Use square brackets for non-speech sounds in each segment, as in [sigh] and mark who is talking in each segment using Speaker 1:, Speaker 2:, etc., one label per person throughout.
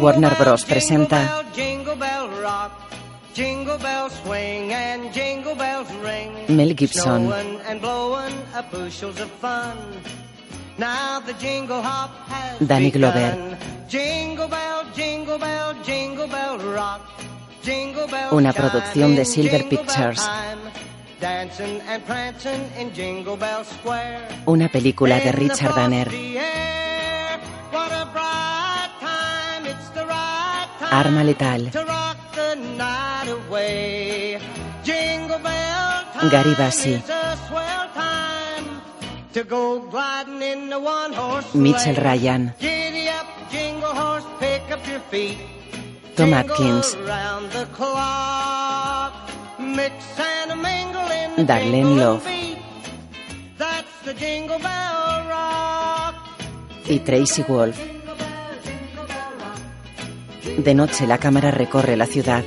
Speaker 1: Warner Bros. presenta Mel Gibson. Danny Glover. Una producción de Silver Pictures. Una película de Richard Danner. Arma letal. Gary Bassi. Mitchell Ryan. Tom Atkins. Darlene Love. Y Tracy Wolf. De noche la cámara recorre la ciudad.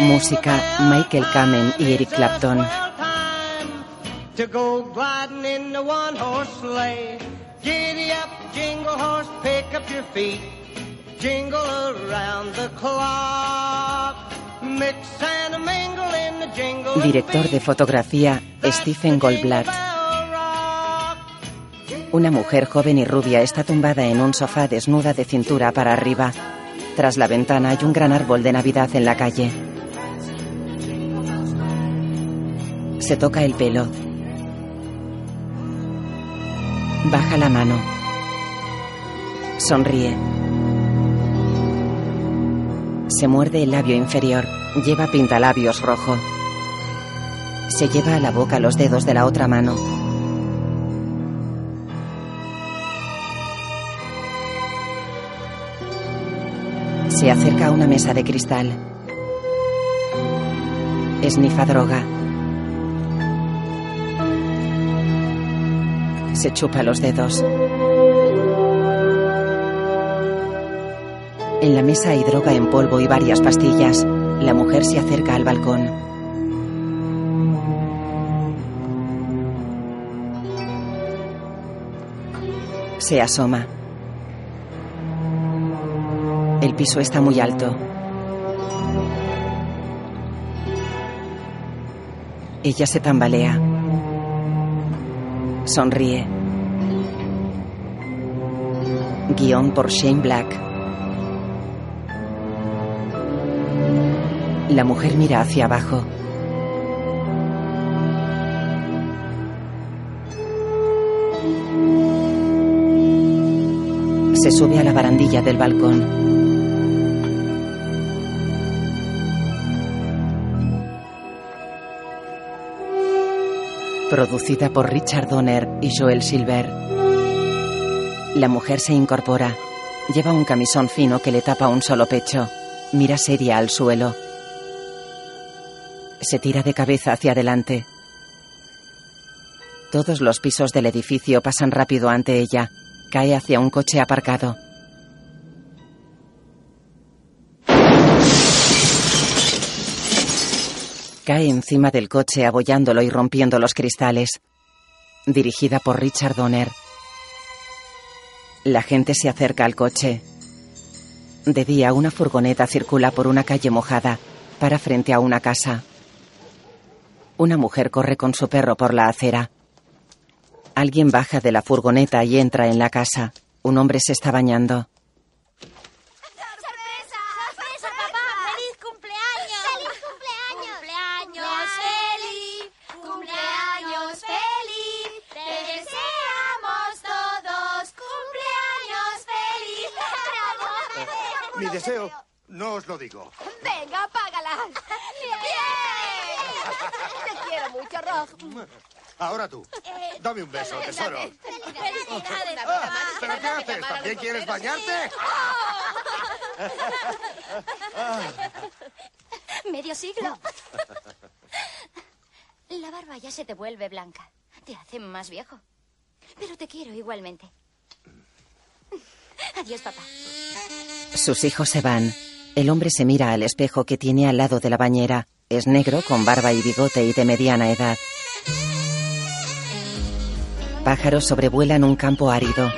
Speaker 1: Música Michael Kamen y Eric Clapton. jingle around the clock. Mix and a mingle in the jingle. Director de fotografía Stephen Goldblatt. Una mujer joven y rubia está tumbada en un sofá desnuda de cintura para arriba. Tras la ventana hay un gran árbol de Navidad en la calle. Se toca el pelo. Baja la mano. Sonríe. Se muerde el labio inferior. Lleva pintalabios rojo. Se lleva a la boca los dedos de la otra mano. Se acerca a una mesa de cristal. Esnifa droga. Se chupa los dedos. En la mesa hay droga en polvo y varias pastillas. La mujer se acerca al balcón. Se asoma. El piso está muy alto. Ella se tambalea. Sonríe. Guión por Shane Black. La mujer mira hacia abajo. Se sube a la barandilla del balcón. Producida por Richard Donner y Joel Silver. La mujer se incorpora. Lleva un camisón fino que le tapa un solo pecho. Mira seria al suelo. Se tira de cabeza hacia adelante. Todos los pisos del edificio pasan rápido ante ella. Cae hacia un coche aparcado. Cae encima del coche abollándolo y rompiendo los cristales. Dirigida por Richard Donner. La gente se acerca al coche. De día, una furgoneta circula por una calle mojada. Para frente a una casa. Una mujer corre con su perro por la acera. Alguien baja de la furgoneta y entra en la casa. Un hombre se está bañando.
Speaker 2: ¡Sorpresa! ¡Sorpresa, papá! ¡Feliz cumpleaños! ¡Feliz cumpleaños! ¡Cumpleaños feliz! ¡Cumpleaños feliz! ¡Te deseamos todos cumpleaños
Speaker 3: [laughs]
Speaker 2: feliz! ¡Bravo!
Speaker 4: Mi deseo, no os lo digo.
Speaker 5: Venga,
Speaker 2: [laughs]
Speaker 5: apágalas. Bien. Te quiero mucho, Rob.
Speaker 4: Ahora tú.
Speaker 5: Eh,
Speaker 4: Dame un beso, tesoro.
Speaker 5: Felicidades.
Speaker 4: Ah, ¿Pero qué haces? ¿También quieres bañarte?
Speaker 2: Medio siglo. La barba ya se te vuelve blanca. Te hace más viejo. Pero te quiero igualmente. Adiós, papá.
Speaker 1: Sus hijos se van. El hombre se mira al espejo que tiene al lado de la bañera. Es negro, con barba y bigote y de mediana edad. Pájaros sobrevuelan un campo árido.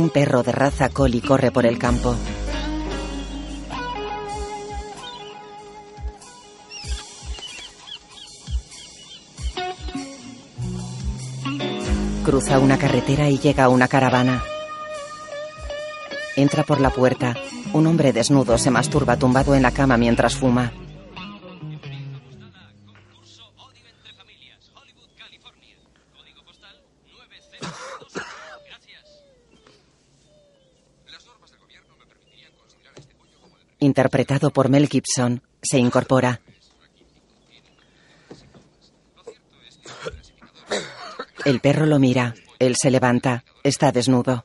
Speaker 1: Un perro de raza coli corre por el campo. Cruza una carretera y llega a una caravana. Entra por la puerta. Un hombre desnudo se masturba tumbado en la cama mientras fuma. Interpretado por Mel Gibson, se incorpora. El perro lo mira. Él se levanta. Está desnudo.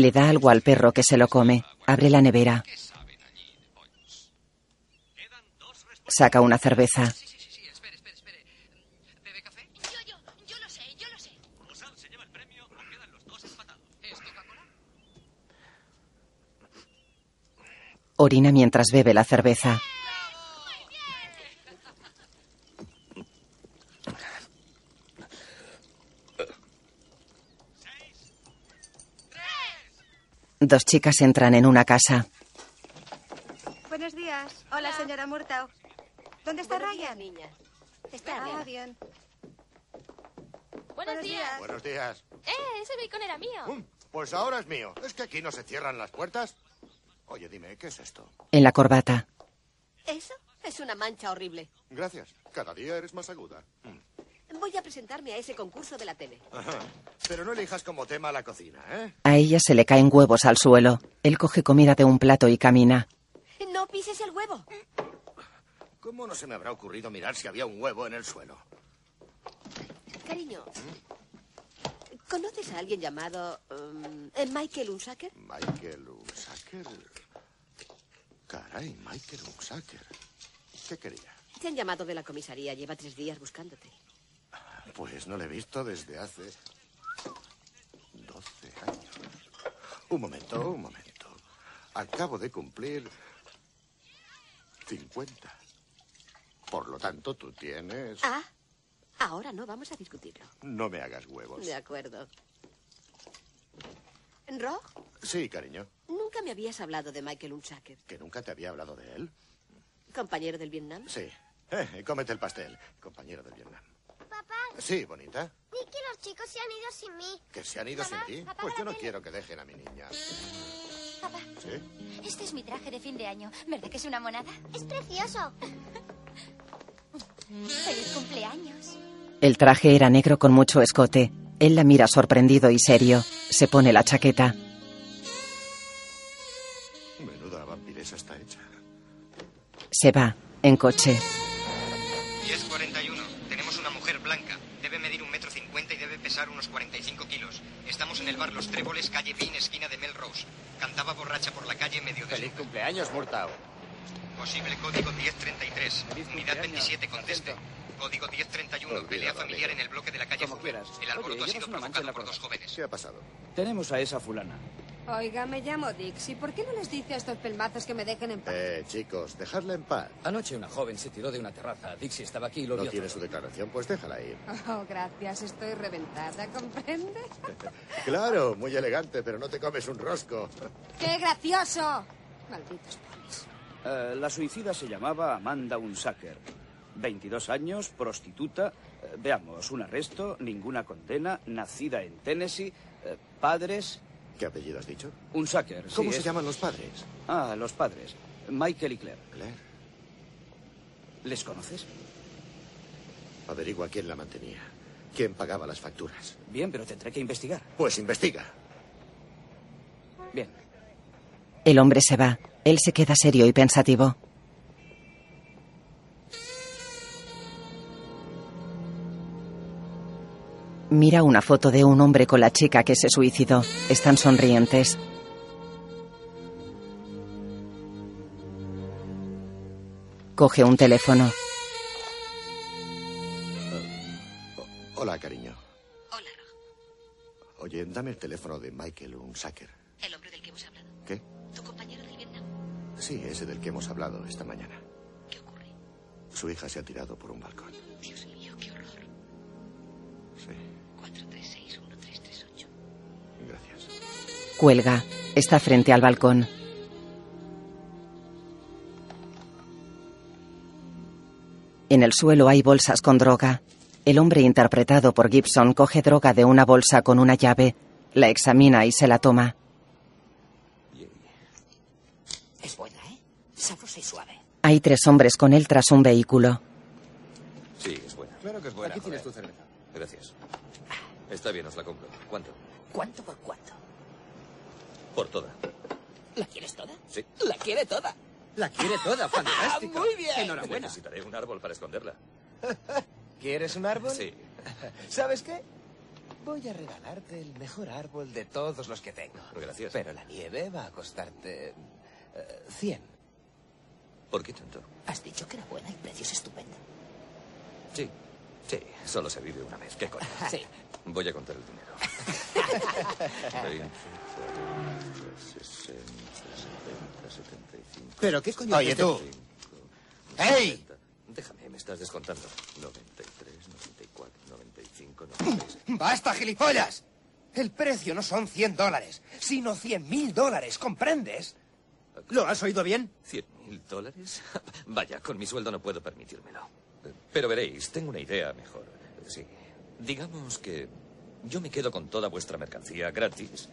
Speaker 1: Le da algo al perro que se lo come. Abre la nevera. Saca una cerveza. Orina mientras bebe la cerveza. Dos chicas entran en una casa.
Speaker 6: Buenos días. Hola, señora Murtau. ¿Dónde está Ryan?
Speaker 2: niña.
Speaker 7: Está
Speaker 6: ah,
Speaker 7: arriba.
Speaker 6: bien.
Speaker 8: Buenos días.
Speaker 4: Buenos días.
Speaker 8: Eh, ese bacon era mío.
Speaker 4: Mm, Pues ahora es mío. ¿Es que aquí no se cierran las puertas? Oye, dime, ¿qué es esto?
Speaker 1: En la corbata.
Speaker 2: Eso es una mancha horrible.
Speaker 4: Gracias. Cada día eres más Pues aguda.
Speaker 2: Voy a presentarme a ese concurso de la tele.
Speaker 4: Ajá. Pero no elijas como tema la cocina, ¿eh?
Speaker 1: A ella se le caen huevos al suelo. Él coge comida de un plato y camina.
Speaker 2: No pises el huevo.
Speaker 4: ¿Cómo no se me habrá ocurrido mirar si había un huevo en el suelo?
Speaker 2: Cariño,
Speaker 4: ¿Mm?
Speaker 2: ¿conoces a alguien llamado um, eh, Michael Unsacker?
Speaker 4: Michael Unsacker. Caray, Michael Unsacker. ¿Qué quería?
Speaker 2: Te han llamado de la comisaría. Lleva tres días buscándote.
Speaker 4: Pues no le he visto desde hace 12 años. Un momento, un momento. Acabo de cumplir 50. Por lo tanto, tú tienes...
Speaker 2: Ah, ahora no vamos a discutirlo.
Speaker 4: No me hagas huevos.
Speaker 2: De acuerdo. Rog,
Speaker 4: Sí, cariño.
Speaker 2: nunca me habías hablado de Michael Unsacker,
Speaker 4: ¿Que nunca te había hablado de él?
Speaker 2: compañero del Vietnam.
Speaker 4: Sí. Eh, cómete el pastel, compañero del Vietnam.
Speaker 3: Papá,
Speaker 4: Sí, bonita.
Speaker 3: di que los chicos se han ido sin mí.
Speaker 4: ¿Que se han ido sin
Speaker 3: Mamá,
Speaker 4: ti?
Speaker 3: apaga
Speaker 4: Pues yo
Speaker 3: la
Speaker 4: no
Speaker 3: tele.
Speaker 4: quiero que dejen a mi niña.
Speaker 7: Papá,
Speaker 4: ¿Sí?
Speaker 7: este es mi traje de fin de año. ¿Verdad que es una monada?
Speaker 3: Es precioso.
Speaker 7: ¡Feliz cumpleaños!
Speaker 1: El traje era negro con mucho escote. Él la mira sorprendido y serio. Se pone la chaqueta.
Speaker 4: Menuda vampiresa está hecha.
Speaker 1: Se va. En coche.
Speaker 9: 1041. Tenemos una mujer blanca. Debe medir un metro cincuenta y debe pesar unos 45 kilos. Estamos en el bar Los Tréboles, calle Bean, esquina de Melrose. Cantaba borracha por la calle medio de...
Speaker 4: cumpleaños, Murtao!
Speaker 9: Posible código 1033. Unidad 27, conteste. Código 1031.
Speaker 4: Olvídalo,
Speaker 9: pelea familiar
Speaker 4: amigo.
Speaker 9: en el bloque de la calle.
Speaker 10: Como
Speaker 9: Fugger.
Speaker 10: quieras.
Speaker 9: El alboroto
Speaker 10: Oye,
Speaker 9: ha
Speaker 10: llevas
Speaker 9: sido
Speaker 10: una mancha en
Speaker 9: provocado
Speaker 10: la
Speaker 9: por dos jóvenes.
Speaker 4: ¿Qué ha pasado?
Speaker 10: Tenemos a esa fulana.
Speaker 6: Oiga, me llamo Dixie. ¿Por qué no les dice a estos pelmazos que me dejen en paz? [laughs]
Speaker 4: Eh, chicos, dejadla en paz.
Speaker 10: Anoche una joven se tiró de una terraza. Dixie estaba aquí y lo
Speaker 4: No
Speaker 10: vio
Speaker 4: tiene
Speaker 10: todo.
Speaker 4: su declaración, pues déjala ir.
Speaker 6: Oh, gracias. Estoy reventada, ¿comprende?
Speaker 4: [laughs] Claro, muy elegante, pero no te comes un rosco.
Speaker 6: ¡Qué gracioso! Malditos ponis.
Speaker 11: Eh, la suicida se llamaba Amanda Unsacker. 22 años, prostituta. eh, veamos, un arresto, ninguna condena, nacida en Tennessee, eh, padres.
Speaker 4: ¿Qué apellido has dicho?
Speaker 11: Unsacker. sí,
Speaker 4: ¿Cómo se
Speaker 11: es-
Speaker 4: llaman los padres?
Speaker 11: Ah, los padres. Michael y Claire.
Speaker 4: Claire.
Speaker 11: ¿Les conoces?
Speaker 4: Averigua quién la mantenía. ¿Quién pagaba las facturas?
Speaker 11: Bien, pero tendré que investigar.
Speaker 4: Pues investiga.
Speaker 11: Bien.
Speaker 1: El hombre se va. Él se queda serio y pensativo. Mira una foto de un hombre con la chica que se suicidó. Están sonrientes. Coge un teléfono.
Speaker 4: Hola, cariño.
Speaker 12: Hola,
Speaker 4: Oye, dame el teléfono de Michael Unsacker.
Speaker 12: el hombre del que hemos hablado.
Speaker 4: ¿Qué?
Speaker 12: Tu compañero del Vietnam.
Speaker 4: Sí, ese del que hemos hablado esta mañana. ¿Qué ocurre? Su hija se ha tirado por un balcón.
Speaker 12: Dios mío, qué horror.
Speaker 4: Sí.
Speaker 12: 436-1338.
Speaker 4: Gracias.
Speaker 1: Cuelga. Está frente al balcón. En el suelo hay bolsas con droga. El hombre interpretado por Gibson coge droga de una bolsa con una llave, la examina y se la toma.
Speaker 13: Es buena, ¿eh? Sabrosa y suave.
Speaker 1: Hay tres hombres con él tras un vehículo.
Speaker 9: Sí, es buena. Claro que es buena. Aquí tienes tu cerveza. Gracias. Está bien, os la compro. ¿Cuánto?
Speaker 13: ¿Cuánto por cuánto?
Speaker 9: Por toda.
Speaker 13: ¿La quieres toda?
Speaker 9: Sí.
Speaker 13: La quiere toda.
Speaker 9: La quiere [laughs] toda,
Speaker 13: fantástico. Muy bien.
Speaker 9: Enhorabuena. Necesitaré un árbol para [laughs] esconderla.
Speaker 14: ¿Quieres un árbol?
Speaker 9: Sí.
Speaker 14: ¿Sabes qué? Voy a regalarte el mejor árbol de todos los que tengo.
Speaker 9: Gracias.
Speaker 14: Pero la nieve va a costarte... eh, 100.
Speaker 9: ¿Por qué tanto?
Speaker 13: Has dicho que era buena y precio es estupendo.
Speaker 9: Sí. Sí, solo se vive una vez. ¿Qué
Speaker 14: [laughs]
Speaker 9: coño?
Speaker 13: Sí.
Speaker 9: Voy a contar el dinero. 20, 60, 70, 75.
Speaker 14: ¿Pero qué coño este
Speaker 9: Oye,
Speaker 14: haces
Speaker 9: tú.
Speaker 14: de-
Speaker 9: ¡Ey! Déjame, me estás descontando. 93, 94, 95, [laughs] 96.
Speaker 14: ¡Basta, gilipollas! El precio no son 100 dólares, sino 100 mil dólares, ¿comprendes? ¿Lo has oído bien?
Speaker 9: ¿Cien mil dólares? [laughs] Vaya, con mi sueldo no puedo permitírmelo. Pero veréis, tengo una idea mejor. Sí. Digamos que yo me quedo con toda vuestra mercancía gratis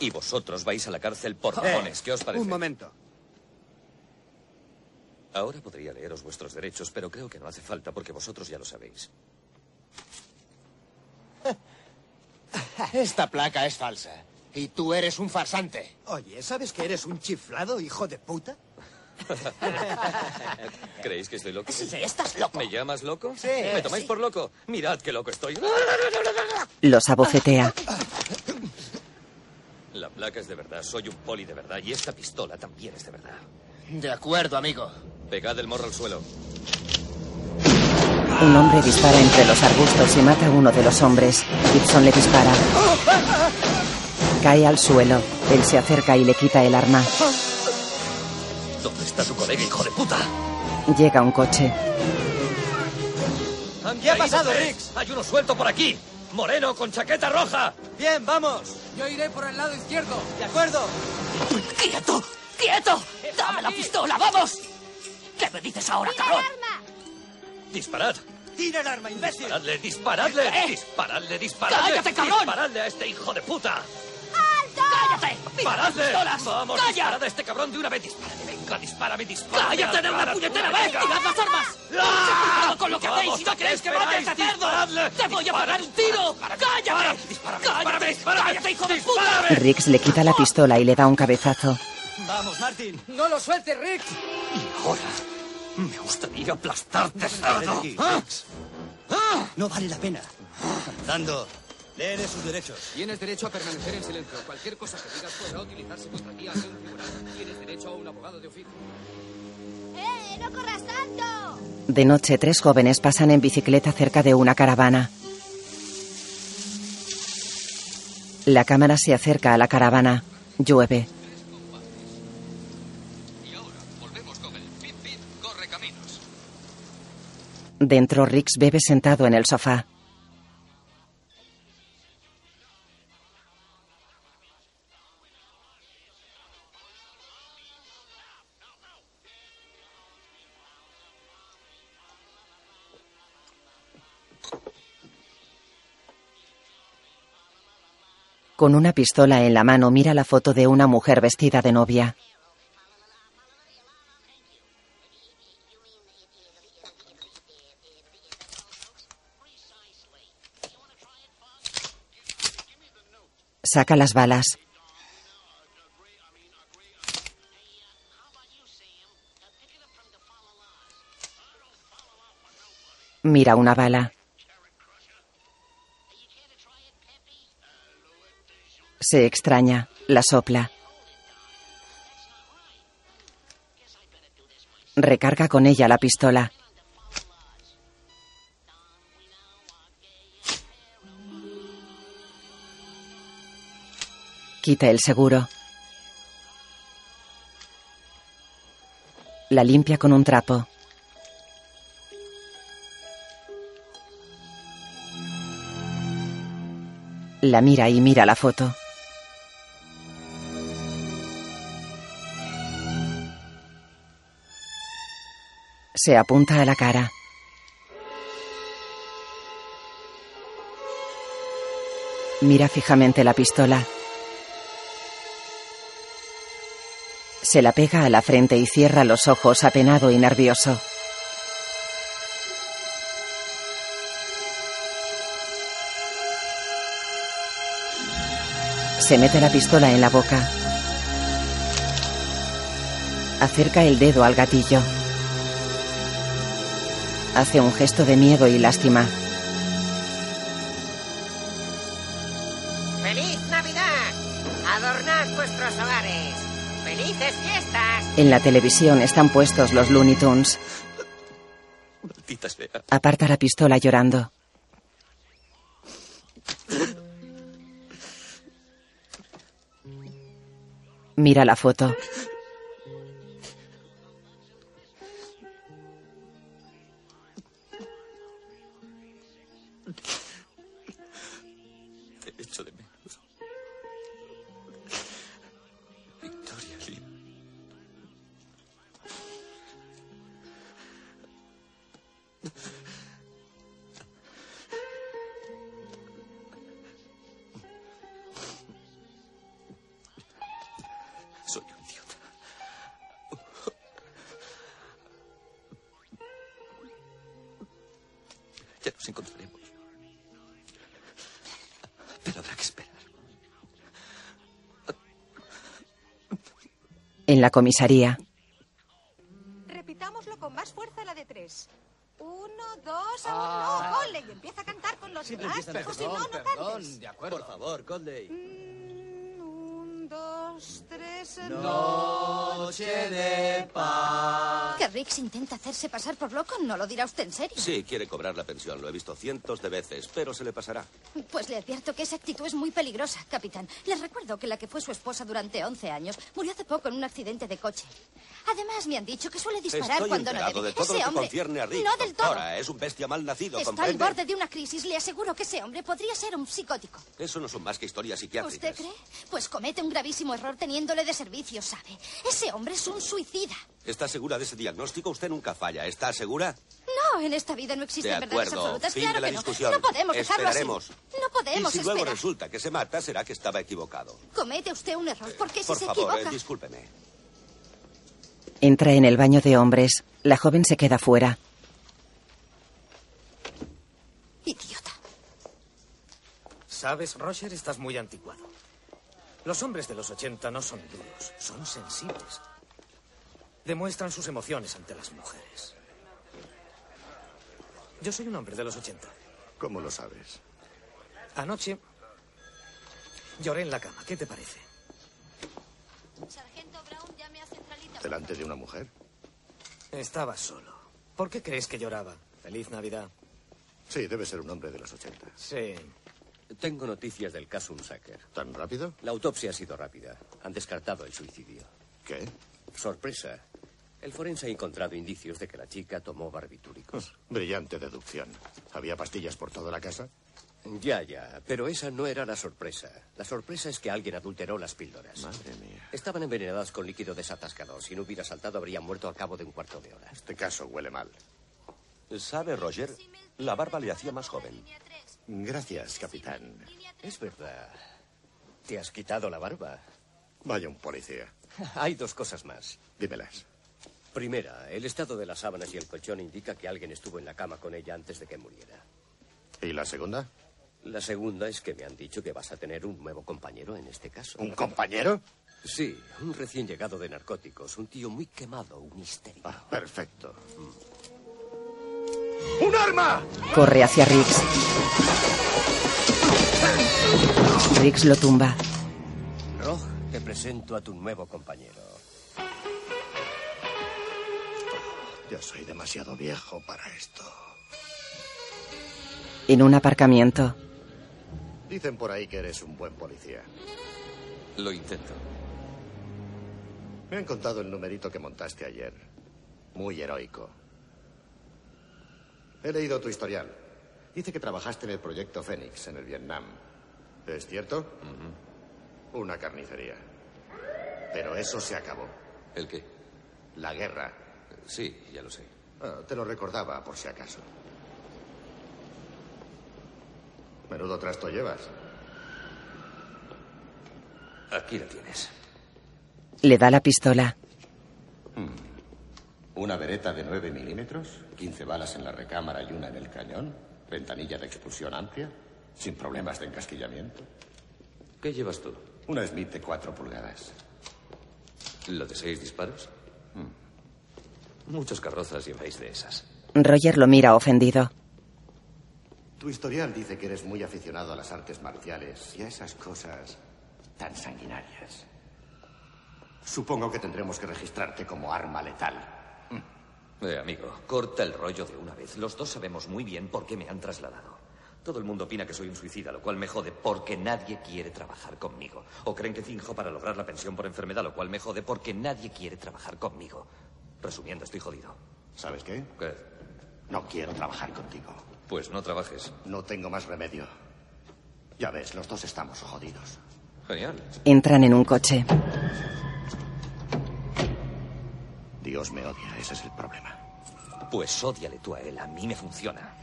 Speaker 9: y vosotros vais a la cárcel por
Speaker 15: Eh,
Speaker 9: ramones. ¿Qué os parece?
Speaker 15: Un momento.
Speaker 9: Ahora podría leeros vuestros derechos, pero creo que no hace falta porque vosotros ya lo sabéis.
Speaker 14: Esta placa es falsa. Y tú eres un farsante.
Speaker 16: Oye, ¿sabes que eres un
Speaker 14: ¿Oh,
Speaker 16: chiflado, hijo de puta?
Speaker 13: [laughs]
Speaker 9: ¿Creéis que estoy loco?
Speaker 16: Sí, estás loco.
Speaker 9: ¿Me llamas loco?
Speaker 16: Sí.
Speaker 9: ¿Me tomáis
Speaker 16: Sí.
Speaker 9: por loco? Mirad qué loco estoy.
Speaker 1: Los abofetea.
Speaker 9: La placa es de verdad, soy un poli de verdad y esta pistola también es de verdad.
Speaker 14: De acuerdo, amigo.
Speaker 9: Pegad el morro al suelo.
Speaker 1: Un hombre dispara entre los arbustos y mata a uno de los hombres. Gibson le dispara. Cae al suelo. Él se acerca y le quita el arma.
Speaker 9: ¿Dónde está tu colega, hijo de puta?
Speaker 1: Llega un coche.
Speaker 9: ¿Qué ha pasado, Rix? Hay uno suelto por aquí. Moreno con chaqueta roja. Bien, vamos.
Speaker 17: Yo iré por el lado izquierdo. ¿De acuerdo?
Speaker 13: ¡Quieto! ¡Quieto! ¡Dame la pistola, vamos! ¿Qué me dices ahora, cabrón?
Speaker 9: Disparad.
Speaker 17: Tira el arma, imbécil.
Speaker 9: Disparadle, disparadle.
Speaker 13: ¿Eh?
Speaker 9: Disparadle, disparadle.
Speaker 13: ¡Cállate, cabrón!
Speaker 9: Disparadle a este hijo de puta.
Speaker 13: ¡Cállate! ¡Mira las
Speaker 9: ¡Paradle!
Speaker 13: pistolas!
Speaker 9: ¡Vamos,
Speaker 13: ¡Calla!
Speaker 9: disparad a este cabrón de una vez! ¡Dispárame, venga, dispárame, dispárame!
Speaker 13: ¡Cállate de una
Speaker 9: dispárame,
Speaker 13: puñetera
Speaker 9: venga.
Speaker 13: vez!
Speaker 9: ¡Ah!
Speaker 13: ¡Tirad las armas! ¡Cuidado con lo que
Speaker 9: Vamos,
Speaker 13: hacéis! ¡Si no
Speaker 9: ¿qué
Speaker 13: queréis que mate a este
Speaker 9: esperáis?
Speaker 13: cerdo! ¡Te voy a pagar un tiro! ¡Cállate! ¡Cállate! ¡Cállate, hijo de puta!
Speaker 1: Rix le quita la pistola y le da un cabezazo.
Speaker 17: Vamos, Martin. No lo sueltes, Rick.
Speaker 9: Me gustaría aplastarte,
Speaker 17: cerdo.
Speaker 9: cerdo.
Speaker 17: Ah, No vale la pena. Dando. Leeré sus derechos. Tienes derecho a permanecer en silencio. Cualquier cosa que digas podrá utilizarse contra ti ante un tribunal. Tienes derecho a un abogado de oficio.
Speaker 18: ¡Eh, no corras tanto!
Speaker 1: De noche, tres jóvenes pasan en bicicleta cerca de una caravana. La cámara se acerca a la caravana. Llueve. Dentro, Rix bebe sentado en el sofá. Con una pistola en la mano mira la foto de una mujer vestida de novia. Saca las balas. Mira una bala. Se extraña, la sopla. Recarga con ella la pistola. Quita el seguro. La limpia con un trapo. La mira y mira la foto. Se apunta a la cara. Mira fijamente la pistola. Se la pega a la frente y cierra los ojos apenado y nervioso. Se mete la pistola en la boca. Acerca el dedo al gatillo. Hace un gesto de miedo y lástima.
Speaker 19: ¡Feliz Navidad! Adornad vuestros hogares. ¡Felices fiestas!
Speaker 1: En la televisión están puestos los Looney Tunes.
Speaker 20: Maldita sea.
Speaker 1: Aparta la pistola llorando. Mira la foto.
Speaker 20: Te echo de menos. Victoria Lee. Soy un idiota. Ya nos encontraremos. Pero habrá que esperar.
Speaker 1: En la comisaría.
Speaker 14: Repitámoslo con más fuerza la de tres. Uno, dos, aún no, gole. Y empieza a cantar con los demás. o si no, no cantes.
Speaker 5: de acuerdo. Por favor, Goldley.
Speaker 14: Un, dos, tres.
Speaker 21: Mm.
Speaker 14: eh,
Speaker 5: Noche de
Speaker 9: Ah.
Speaker 5: paz.
Speaker 2: ¿Que Riggs intenta hacerse pasar por loco? ¿No lo dirá usted en serio?
Speaker 9: Sí, quiere cobrar la pensión. Lo he visto cientos de veces, pero se le pasará.
Speaker 2: Pues le advierto que esa actitud es muy peligrosa, capitán. Les recuerdo que la que fue su esposa durante 11 años murió hace poco en un accidente de coche. Además, me han dicho que suele disparar
Speaker 9: Estoy
Speaker 2: cuando no
Speaker 9: enterado
Speaker 2: debe.
Speaker 9: de todo
Speaker 2: ese
Speaker 9: lo que
Speaker 2: hombre.
Speaker 9: concierne a Rick.
Speaker 2: No del todo.
Speaker 9: Ahora, es un bestia mal nacido,
Speaker 2: Está al
Speaker 9: ¿comprende?
Speaker 2: borde de una crisis. Le aseguro que ese hombre podría ser un psicótico.
Speaker 9: Eso no son más que historias psiquiátricas.
Speaker 2: ¿Usted cree? Pues comete un gravísimo error teniéndole de servicio, ¿sabe? Ese hombre es un suicida.
Speaker 9: ¿Está segura de ese diagnóstico? Usted nunca falla. ¿Está segura?
Speaker 2: No, en esta vida no
Speaker 9: de
Speaker 2: existen verdades
Speaker 9: acuerdo.
Speaker 2: absolutas.
Speaker 9: Fin
Speaker 2: claro
Speaker 9: de la
Speaker 2: que no.
Speaker 9: discusión.
Speaker 2: No podemos dejarlo así.
Speaker 9: Esperaremos.
Speaker 2: No podemos
Speaker 9: y si luego
Speaker 2: esperar.
Speaker 9: resulta que se mata, será que estaba equivocado.
Speaker 2: Comete usted un error porque si
Speaker 9: Por
Speaker 2: se
Speaker 9: favor, eh,
Speaker 2: equivoca.
Speaker 9: discúlpeme.
Speaker 1: Entra en el baño de hombres. La joven se queda fuera.
Speaker 2: Idiota.
Speaker 21: Sabes, Roger, estás muy anticuado. Los hombres de los 80 no son duros, son sensibles. Demuestran sus emociones ante las mujeres. Yo soy un hombre de los 80.
Speaker 4: ¿Cómo lo sabes?
Speaker 21: Anoche lloré en la cama. ¿Qué te parece?
Speaker 4: ¿Delante de una mujer?
Speaker 21: Estaba solo. ¿Por qué crees que lloraba? Feliz Navidad.
Speaker 4: Sí, debe ser un hombre de los 80.
Speaker 21: Sí.
Speaker 5: Tengo noticias del caso Unsacker.
Speaker 4: ¿Tan rápido?
Speaker 5: La autopsia ha sido rápida. Han descartado el suicidio.
Speaker 4: ¿Qué?
Speaker 5: Sorpresa. El forense ha encontrado indicios de que la chica tomó barbitúricos.
Speaker 4: Mm, Brillante deducción. ¿Había pastillas por toda la casa?
Speaker 5: Ya, ya, pero esa no era la sorpresa. La sorpresa es que alguien adulteró las píldoras. Madre mía. Estaban envenenadas con líquido desatascador. Si no hubiera saltado, habrían muerto al cabo de un cuarto de hora.
Speaker 4: Este caso huele mal.
Speaker 9: ¿Sabe, Roger? La barba le hacía más joven.
Speaker 4: Gracias, capitán.
Speaker 5: Es verdad. Te has quitado la barba.
Speaker 4: Vaya un policía.
Speaker 5: [laughs] Hay dos cosas más.
Speaker 4: Dímelas.
Speaker 5: Primera, el estado de las sábanas y el colchón indica que alguien estuvo en la cama con ella antes de que muriera.
Speaker 4: ¿Y la segunda?
Speaker 5: La segunda es que me han dicho que vas a tener un nuevo compañero en este caso.
Speaker 4: ¿Un compañero?
Speaker 5: Sí, un recién llegado de narcóticos, un tío muy quemado, un histérico.
Speaker 4: Ah, perfecto. [laughs] ¡Un arma!
Speaker 1: Corre hacia Riggs. Riggs lo tumba.
Speaker 5: Rog, te presento a tu nuevo compañero.
Speaker 9: Yo soy demasiado viejo para esto.
Speaker 1: En un aparcamiento,
Speaker 9: Dicen por ahí que eres un buen policía.
Speaker 20: Lo intento.
Speaker 9: Me han contado el numerito que montaste ayer. Muy heroico. He leído tu historial. Dice que trabajaste en el proyecto Fénix en el Vietnam. ¿Es cierto? Una carnicería. Pero eso se acabó.
Speaker 20: ¿El qué?
Speaker 9: La guerra.
Speaker 20: Sí, ya lo sé.
Speaker 9: Ah, te lo recordaba por si acaso. Menudo trasto llevas.
Speaker 20: Aquí la tienes.
Speaker 1: le da la pistola.
Speaker 9: Una vereta de 9 milímetros, 15 balas en la recámara y una en el cañón, ventanilla de expulsión amplia, sin problemas de encasquillamiento.
Speaker 20: ¿Qué llevas tú?
Speaker 9: Una Smith de 4 pulgadas.
Speaker 20: ¿Lo de seis disparos?
Speaker 9: Mm.
Speaker 20: Muchos carrozas lleváis de esas.
Speaker 1: Roger lo mira ofendido.
Speaker 9: Tu historial dice que eres muy aficionado a las artes marciales y a esas cosas tan sanguinarias. Supongo que tendremos que registrarte como arma letal.
Speaker 20: Eh, amigo, corta el rollo de una vez. Los dos sabemos muy bien por qué me han trasladado. Todo el mundo opina que soy un suicida, lo cual me jode porque nadie quiere trabajar conmigo. O creen que finjo para lograr la pensión por enfermedad, lo cual me jode porque nadie quiere trabajar conmigo. Resumiendo, estoy jodido.
Speaker 9: ¿Sabes qué?
Speaker 20: ¿Qué?
Speaker 9: No quiero trabajar contigo.
Speaker 20: Pues no trabajes.
Speaker 9: No tengo más remedio. Ya ves, los dos estamos jodidos.
Speaker 20: Genial.
Speaker 1: Entran en un coche.
Speaker 9: Dios me odia, ese es el problema.
Speaker 20: Pues ódiale tú a él, a mí me funciona.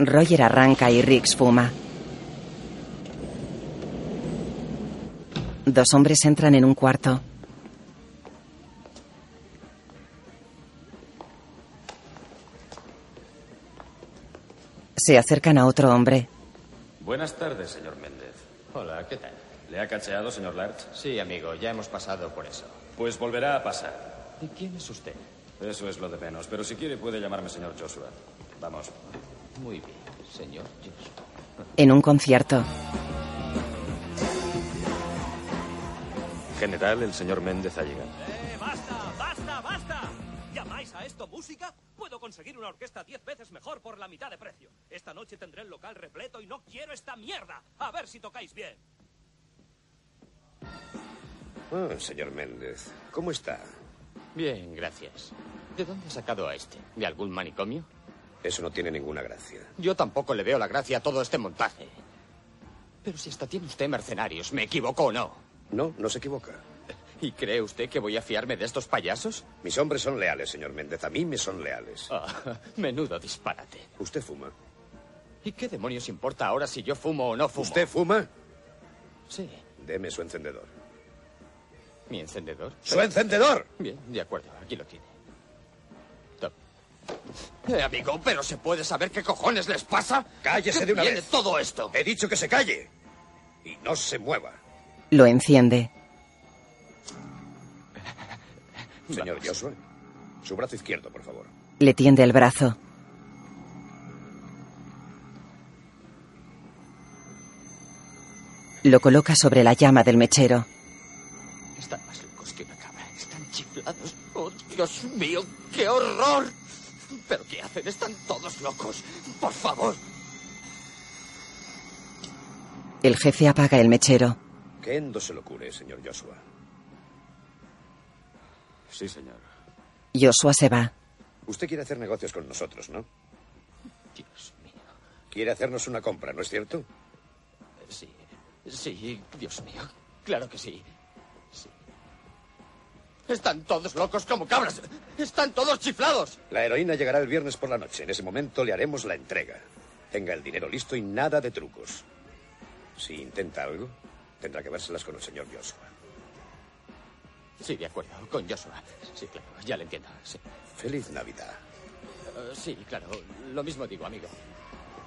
Speaker 1: Roger arranca y Riggs fuma. Dos hombres entran en un cuarto. Se acercan a otro hombre.
Speaker 22: Buenas tardes, señor Méndez. Hola, ¿qué tal? ¿Le ha cacheado, señor Larch? Sí, amigo, ya hemos pasado por eso. Pues volverá a pasar. ¿Y quién es usted? Eso es lo de menos, pero si quiere puede llamarme señor Joshua. Vamos. Muy bien, señor Joshua.
Speaker 1: En un concierto,
Speaker 22: General, el señor Méndez ha llegado.
Speaker 23: ¡Basta, basta! ¿Llamáis a esto música? Puedo conseguir una orquesta diez veces mejor por la mitad de precio. Esta noche tendré el local repleto y no quiero esta mierda. A ver si tocáis bien.
Speaker 24: Ah, señor Méndez, ¿cómo está?
Speaker 14: Bien, gracias. ¿De dónde ha sacado a este? ¿De algún manicomio?
Speaker 24: Eso no tiene ninguna gracia.
Speaker 14: Yo tampoco le veo la gracia a todo este montaje. Pero si hasta tiene usted mercenarios, ¿me equivoco o no?
Speaker 24: No, no se equivoca.
Speaker 14: ¿Y cree usted que voy a fiarme de estos payasos?
Speaker 24: Mis hombres son leales, señor Méndez. A mí me son leales.
Speaker 14: Ah, [laughs] menudo disparate.
Speaker 24: ¿Usted fuma?
Speaker 14: ¿Y qué demonios importa ahora si yo fumo o no fumo?
Speaker 24: ¿Usted fuma?
Speaker 14: Sí.
Speaker 24: Deme su encendedor.
Speaker 14: ¿Mi encendedor?
Speaker 24: ¡Su encendedor!
Speaker 14: Bien, de acuerdo, aquí lo tiene. Toma. Eh, amigo, pero ¿se puede saber qué cojones les pasa?
Speaker 24: ¡Cállese de una
Speaker 14: ¿Viene
Speaker 24: vez!
Speaker 14: todo esto?
Speaker 24: He dicho que se calle. Y no se mueva.
Speaker 1: lo enciende.
Speaker 24: Señor Joshua, su brazo izquierdo, por favor.
Speaker 1: Le tiende el brazo. Lo coloca sobre la llama del mechero.
Speaker 14: Están más locos que una cabra. Están chiflados. ¡Oh, Dios mío! ¡Qué horror! ¿Pero qué hacen? Están todos locos. Por favor.
Speaker 1: El jefe apaga el mechero.
Speaker 24: Que Endo se lo cure, señor Joshua.
Speaker 22: Sí, señor.
Speaker 1: Joshua se va.
Speaker 24: Usted quiere hacer negocios con nosotros, ¿no?
Speaker 14: Dios mío. Eh,
Speaker 24: Quiere hacernos una compra, ¿no es cierto?
Speaker 14: Sí. Sí, Dios mío. Claro que sí. Sí. Están todos locos como cabras. Están todos chiflados.
Speaker 24: La heroína llegará el viernes por la noche. En ese momento le haremos la entrega. Tenga el dinero listo y nada de trucos. Si intenta algo, tendrá que vérselas con el señor Joshua.
Speaker 14: Sí, de acuerdo. Con Joshua. Sí, claro. Ya le entiendo. Sí.
Speaker 24: Feliz Navidad.
Speaker 14: Eh, sí, claro. Lo mismo digo, amigo.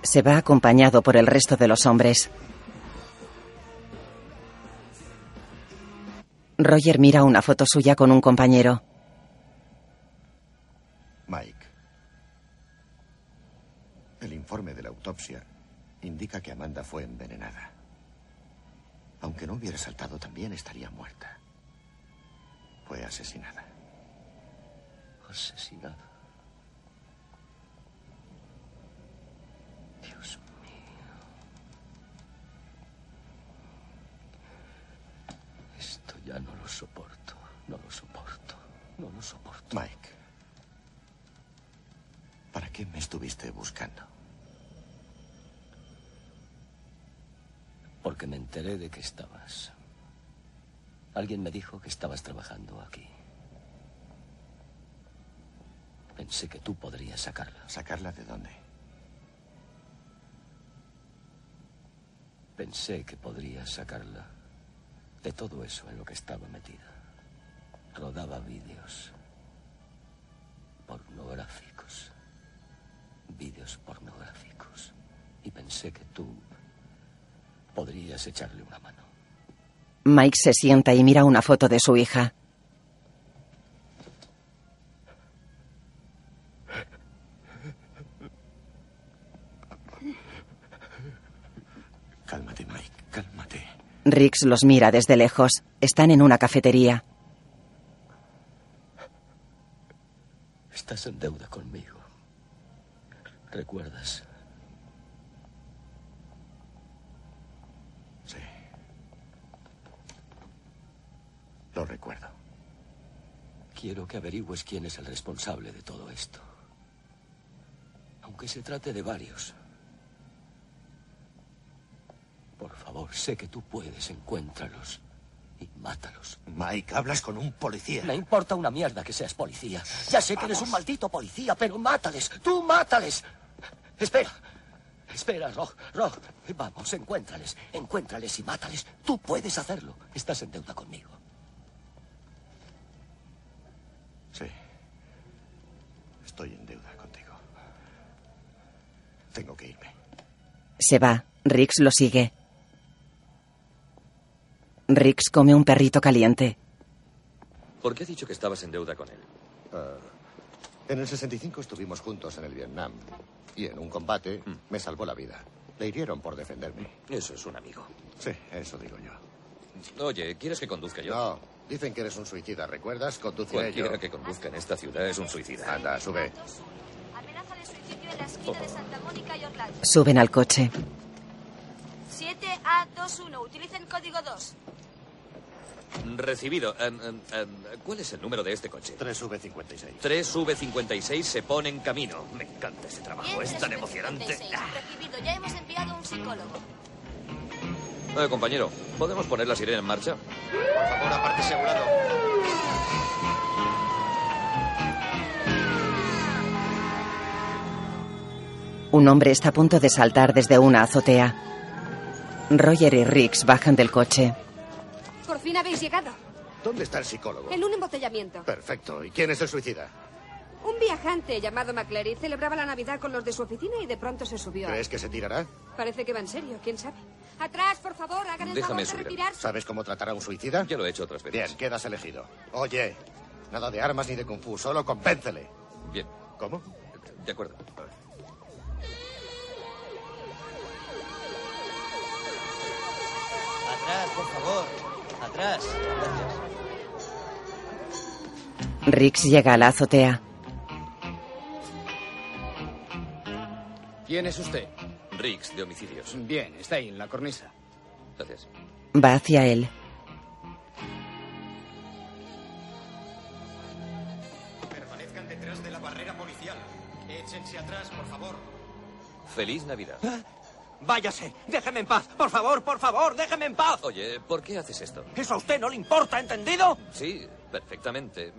Speaker 1: Se va acompañado por el resto de los hombres. Roger mira una foto suya con un compañero.
Speaker 9: Mike. El informe de la autopsia indica que Amanda fue envenenada. Aunque no hubiera saltado, también estaría muerta. Fue asesinada.
Speaker 24: Asesinada.
Speaker 5: Dios mío. Esto ya no lo soporto. No lo soporto. No lo soporto.
Speaker 4: Mike, ¿para qué me estuviste buscando?
Speaker 5: Porque me enteré de que estabas. Alguien me dijo que estabas trabajando aquí. Pensé que tú podrías sacarla.
Speaker 4: ¿Sacarla de dónde?
Speaker 5: Pensé que podrías sacarla de todo eso en lo que estaba metida. Rodaba vídeos pornográficos. Vídeos pornográficos. Y pensé que tú podrías echarle una mano.
Speaker 1: Mike se sienta y mira una foto de su hija.
Speaker 4: Cálmate, Mike, cálmate.
Speaker 1: Riggs los mira desde lejos. Están en una cafetería.
Speaker 5: Estás en deuda conmigo. ¿Recuerdas?
Speaker 4: Sí. Lo recuerdo.
Speaker 5: Quiero que averigües quién es el responsable de todo esto. Aunque se trate de varios. Por favor, sé que tú puedes, encuéntralos y mátalos.
Speaker 4: Mike, hablas con un policía.
Speaker 5: Me importa una mierda que seas policía. Ya sé que eres un maldito policía, pero mátales, tú mátales. Espera, espera, Rog, Rog. Vamos, encuéntrales, encuéntrales y mátales. Tú puedes hacerlo. Estás en deuda conmigo.
Speaker 4: Sí. Estoy en deuda contigo. Tengo que irme.
Speaker 1: Se va. Riggs lo sigue. Riggs come un perrito caliente.
Speaker 9: ¿Por qué ha dicho que estabas en deuda con él?
Speaker 4: Ah, en el 65 estuvimos juntos en el Vietnam. Y en un combate
Speaker 9: Hmm.
Speaker 4: me salvó la vida. Le hirieron por defenderme.
Speaker 9: Eso es un amigo.
Speaker 4: Sí, eso digo yo.
Speaker 9: Oye, ¿quieres que conduzca yo?
Speaker 4: No, dicen que eres un suicida, ¿recuerdas? Conduciré yo.
Speaker 9: Cualquiera que conduzca en esta ciudad es un suicida.
Speaker 4: Anda, sube.
Speaker 2: Amenaza de suicidio en la esquina de Santa Mónica y Orlando.
Speaker 1: Suben al coche.
Speaker 2: 7A21. Utilicen código 2.
Speaker 9: Recibido. Em, em, em, ¿Cuál es el número de este coche?
Speaker 4: 3V56.
Speaker 9: 3V56 se pone en camino. Me encanta ese trabajo, es Pues tan emocionante.
Speaker 2: 36. Recibido. Ya hemos enviado un psicólogo.
Speaker 9: Eh, compañero, ¿podemos poner la sirena en marcha?
Speaker 20: Por aparte asegurado.
Speaker 1: Un hombre está a punto de saltar desde una azotea. Roger y Riggs bajan del coche.
Speaker 6: Por fin habéis llegado.
Speaker 4: ¿Dónde está el psicólogo?
Speaker 6: En un embotellamiento.
Speaker 4: Eh. Perfecto. ¿Y quién es el suicida?
Speaker 6: Un viajante llamado McClary celebraba la Navidad con los de su oficina y de pronto se subió. a-
Speaker 4: ¿Crees que se tirará?
Speaker 6: Parece que va en serio, quién sabe. Atrás, por favor, hagan el favor de retirarse.
Speaker 4: ¿Sabes cómo tratar a un suicida?
Speaker 9: Ya lo he hecho otras veces.
Speaker 4: Bien, quedas elegido. Oye, nada de armas ni de kung fu, solo convéncele.
Speaker 9: Bien.
Speaker 4: ¿Cómo?
Speaker 9: De acuerdo.
Speaker 20: Atrás, por favor. Atrás. Gracias.
Speaker 1: Riggs llega a la azotea.
Speaker 25: ¿Quién es usted?
Speaker 9: Riggs, de homicidios.
Speaker 25: Bien, está ahí, en la cornisa.
Speaker 9: Gracias.
Speaker 1: Va hacia él.
Speaker 20: Permanezcan detrás de la barrera policial. Échense atrás, por favor.
Speaker 9: Feliz Navidad.
Speaker 14: ¿Eh? Váyase, déjeme en paz, por favor, por favor, déjeme en paz.
Speaker 9: Oye, ¿por qué haces esto?
Speaker 14: Eso a usted no le importa, ¿entendido?
Speaker 9: Sí, perfectamente.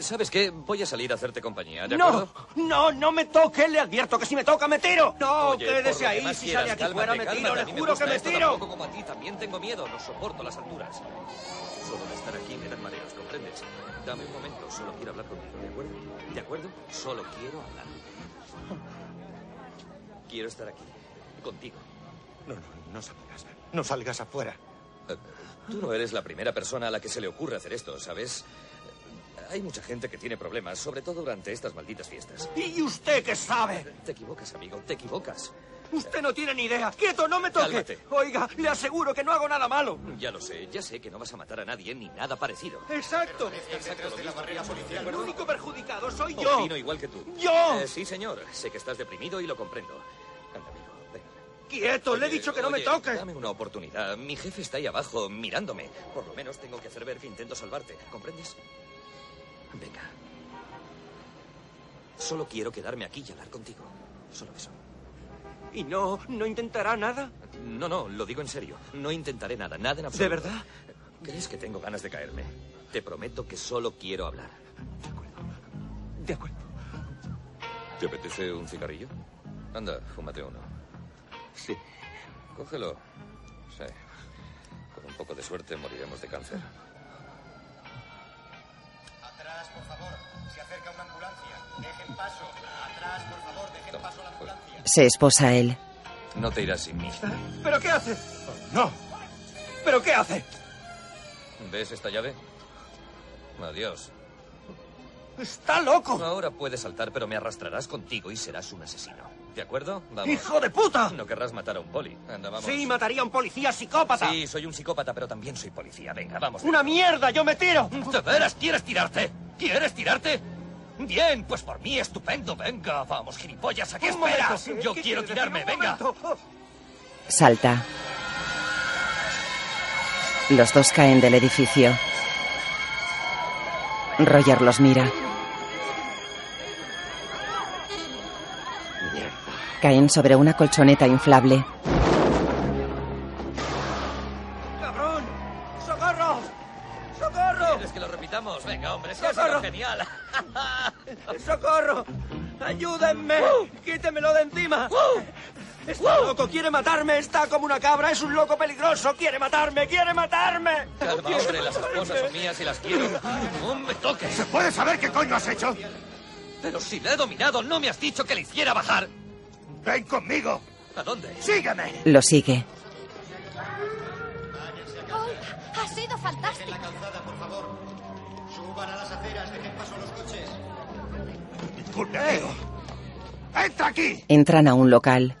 Speaker 9: ¿Sabes qué? Voy a salir a hacerte compañía, ¿de
Speaker 14: No,
Speaker 9: acuerdo?
Speaker 14: no, no me toque, le advierto que si me toca me tiro. No,
Speaker 9: Oye, por
Speaker 14: quédese
Speaker 9: lo que
Speaker 14: ahí,
Speaker 9: más
Speaker 14: si
Speaker 9: quieras,
Speaker 14: sale aquí
Speaker 9: cálmate,
Speaker 14: fuera me
Speaker 9: cálmate.
Speaker 14: tiro,
Speaker 9: A
Speaker 14: le
Speaker 9: mí me
Speaker 14: juro que
Speaker 9: gusta
Speaker 14: me
Speaker 9: esto
Speaker 14: tiro.
Speaker 9: tampoco como a ti, también tengo miedo, no soporto las alturas. Solo de estar aquí me dan mareos, ¿comprendes? Dame un momento, solo quiero hablar contigo, ¿de acuerdo? ¿De acuerdo? Solo quiero hablar. Quiero estar aquí, contigo.
Speaker 4: No, no, no salgas. No salgas afuera.
Speaker 9: Tú no eres la primera persona a la que se le ocurre hacer esto, ¿sabes? Hay mucha gente que tiene problemas, sobre todo durante estas malditas fiestas.
Speaker 14: ¿Y usted qué sabe?
Speaker 9: Te equivocas, amigo, te equivocas.
Speaker 14: Usted no tiene ni idea. Quieto, no me toque.
Speaker 9: Cálmate.
Speaker 14: Oiga, le aseguro que no hago nada malo.
Speaker 9: Ya lo sé, ya sé que no vas a matar a nadie ni nada parecido.
Speaker 14: Exacto.
Speaker 9: Exacto, este de la barrera policial.
Speaker 14: El único perjudicado soy yo.
Speaker 9: Opino igual que tú.
Speaker 14: ¡Yo!
Speaker 9: Eh, sí, señor. Sé que estás deprimido y lo comprendo. Anda, amigo, ven.
Speaker 14: ¡Quieto! ¡Le he
Speaker 9: Oye,
Speaker 14: dicho que no me
Speaker 9: oye,
Speaker 14: toque!
Speaker 9: Dame una oportunidad. Mi jefe está ahí abajo mirándome. Por lo menos tengo que hacer ver que intento salvarte. ¿Comprendes? Venga. Solo quiero quedarme aquí y hablar contigo. Solo eso.
Speaker 26: ¿Y no, no intentará nada?
Speaker 9: No, no, lo digo en serio. No intentaré nada, nada en absoluto.
Speaker 26: ¿De verdad?
Speaker 9: ¿Crees que tengo ganas de caerme? Te prometo que solo quiero hablar.
Speaker 26: De acuerdo.
Speaker 9: ¿Te apetece un cigarrillo? Anda, fúmate uno. Sí. Cógelo. Sí. Con un poco de suerte moriremos de cáncer.
Speaker 16: Atrás, por favor. Se acerca una ambulancia. Dejen paso. Atrás, por favor. Dejen paso a la ambulancia.
Speaker 1: Se esposa él.
Speaker 9: No te irás sin mí.
Speaker 14: ¿Pero qué hace? no. ¿Pero qué hace?
Speaker 9: ¿Ves esta llave? Adiós.
Speaker 14: ¡Está loco!
Speaker 9: Ahora puedes saltar, pero me arrastrarás contigo y serás un asesino. ¿De acuerdo? Vamos.
Speaker 14: ¡Hijo de puta!
Speaker 9: No querrás matar a un poli. Anda, vamos.
Speaker 14: Sí, mataría a un policía psicópata.
Speaker 9: Sí, soy un psicópata, pero también soy policía. Venga, vamos.
Speaker 14: ¡Una mierda! ¡Yo me tiro!
Speaker 9: ¿De veras quieres tirarte? ¿Quieres tirarte? Bien, pues por mí estupendo. Venga, vamos, gilipollas, ¿a qué
Speaker 14: Un momento,
Speaker 9: esperas?
Speaker 14: ¿qué-
Speaker 9: Yo
Speaker 14: qué
Speaker 9: quiero
Speaker 14: quieres decir?
Speaker 9: tirarme,
Speaker 14: Un
Speaker 9: venga.
Speaker 1: Salta. Los dos caen del edificio. Roger los mira. Caen sobre una colchoneta inflable.
Speaker 14: ¡Cabrón! ¡Socorro! ¡Socorro!
Speaker 9: ¿Quieres que lo repitamos? Venga, hombre, es que ha sido
Speaker 14: ¡Socorro!
Speaker 9: genial.
Speaker 14: [laughs] ¡Socorro! ¡Ayúdenme! ¡Quítemelo de encima! ¡Está loco! ¡Quiere matarme! ¡Está como una cabra! ¡Es un loco peligroso! ¡Quiere matarme! ¡Quiere matarme!
Speaker 9: Calma, hombre, las esposas son mías y las quiero. [laughs] No me toques. ¿Se
Speaker 14: puede saber qué coño has hecho?
Speaker 9: Pero si la he dominado, no me has dicho que le hiciera bajar.
Speaker 14: ¡Ven conmigo!
Speaker 9: ¿A dónde?
Speaker 14: ¡Sígueme!
Speaker 1: Lo sigue.
Speaker 2: Hola, ha sido fantástico.
Speaker 16: La calzada, por favor. Suban a las aceras. Dejen paso a los coches.
Speaker 14: Disculpe, amigo. ¡Entra aquí!
Speaker 1: Entran a un local.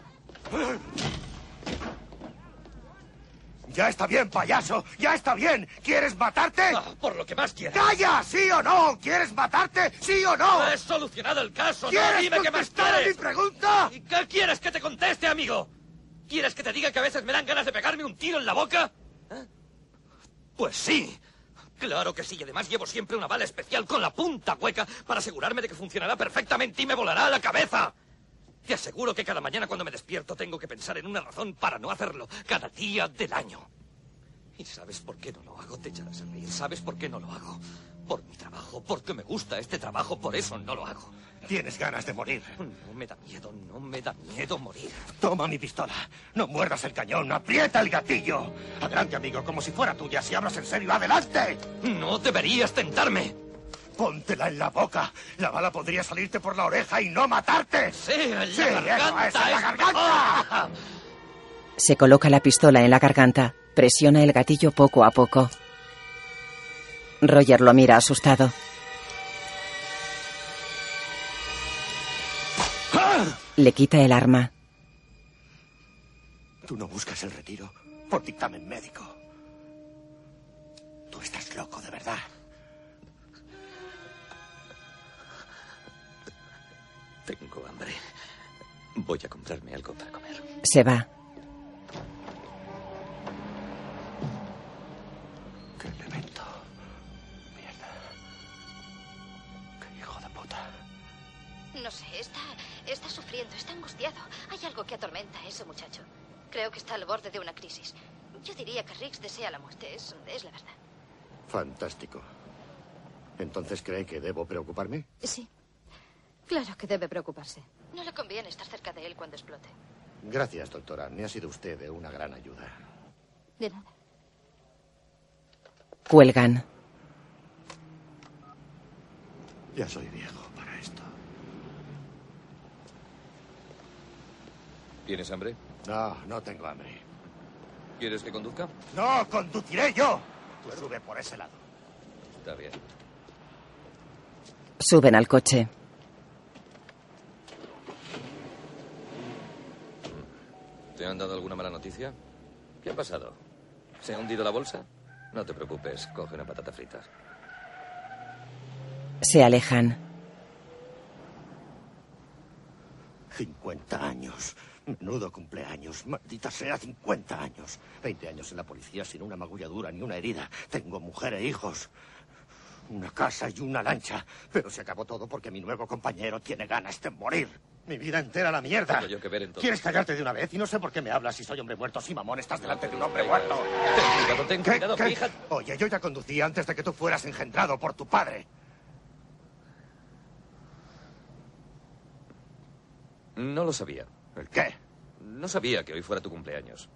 Speaker 14: ¡Ya está bien, payaso! ¡Ya está bien! ¿Quieres matarte?
Speaker 4: Ah,
Speaker 9: por lo que más quieras.
Speaker 14: ¡Calla! ¿Sí o no? ¿Quieres matarte? ¿Sí o no?
Speaker 9: He solucionado el caso, no
Speaker 14: ¿Quieres
Speaker 9: dime que más
Speaker 14: contestar a
Speaker 9: quieres.
Speaker 14: mi pregunta?
Speaker 9: ¿Y qué quieres que te conteste, amigo? ¿Quieres que te diga que a veces me dan ganas de pegarme un tiro en la boca? ¿Eh? Pues sí. Claro que sí, y además llevo siempre una bala especial con la punta hueca para asegurarme de que funcionará perfectamente y me volará a la cabeza. Te aseguro que cada mañana cuando me despierto tengo que pensar en una razón para no hacerlo, cada día del año. ¿Y sabes por qué no lo hago? Te echarás a reír. ¿Sabes por qué no lo hago? Por mi trabajo, porque me gusta este trabajo, por eso no lo hago.
Speaker 14: Tienes ganas de morir.
Speaker 9: No me da miedo, no me da miedo morir.
Speaker 14: Toma mi pistola. No muerdas el cañón. Aprieta el gatillo. Adelante, amigo, como si fuera tuya. Si hablas en serio, adelante.
Speaker 9: No deberías tentarme.
Speaker 14: Póntela en la boca. La bala podría salirte por la oreja y no matarte.
Speaker 9: Sí, en
Speaker 14: la garganta. es, en la garganta.
Speaker 1: Se coloca la pistola en la garganta. Presiona el gatillo poco a poco. Roger lo mira asustado. Le quita el arma.
Speaker 14: Tú no buscas el retiro por dictamen médico. Tú estás loco, de verdad.
Speaker 9: Tengo hambre. Voy a comprarme algo para comer.
Speaker 1: Se va.
Speaker 14: Qué elemento. Mierda. Qué hijo de puta.
Speaker 2: No sé, está, está sufriendo, está angustiado. Hay algo que atormenta a ese muchacho. Creo que está al borde de una crisis. Yo diría que Riggs desea la muerte, es, es la verdad.
Speaker 4: Fantástico. ¿Entonces cree que debo preocuparme?
Speaker 2: Sí. Claro que debe preocuparse. No le conviene estar cerca de él cuando explote.
Speaker 4: Gracias, doctora. Me ha sido usted de una gran ayuda.
Speaker 2: De nada.
Speaker 1: Cuelgan.
Speaker 4: Ya soy viejo para esto.
Speaker 9: ¿Tienes hambre?
Speaker 4: No, no tengo hambre. ¡Eh,
Speaker 9: ¿Quieres que conduzca?
Speaker 14: No, conduciré yo. Tú sube por ese lado.
Speaker 9: Está bien.
Speaker 1: Suben al coche.
Speaker 9: ¿Te han dado alguna mala noticia? ¿Qué ha pasado? ¿Se ha hundido la bolsa? No te preocupes, coge una patata frita.
Speaker 1: Se alejan.
Speaker 4: 50 años. Menudo cumpleaños. Maldita sea, 50 años. 20 años en la policía sin una magulladura ni una herida. Tengo mujer e hijos. Una casa y una lancha. Pero se acabó todo porque mi nuevo compañero tiene ganas de morir. Mi vida entera a la mierda.
Speaker 9: Tengo yo que ver entonces.
Speaker 4: ¿Quieres callarte de una vez? Y no sé por qué me hablas si soy hombre muerto. Si mamón, estás delante de un hombre
Speaker 9: da
Speaker 4: muerto.
Speaker 9: Ten cuidado, ten
Speaker 4: ¿Qué-
Speaker 9: cuidado,
Speaker 4: qué?
Speaker 9: fíjate.
Speaker 4: Oye, yo ya conducía antes de que tú fueras engendrado por tu padre.
Speaker 9: No lo sabía.
Speaker 4: ¿Qué?
Speaker 9: No sabía que hoy fuera tu cumpleaños.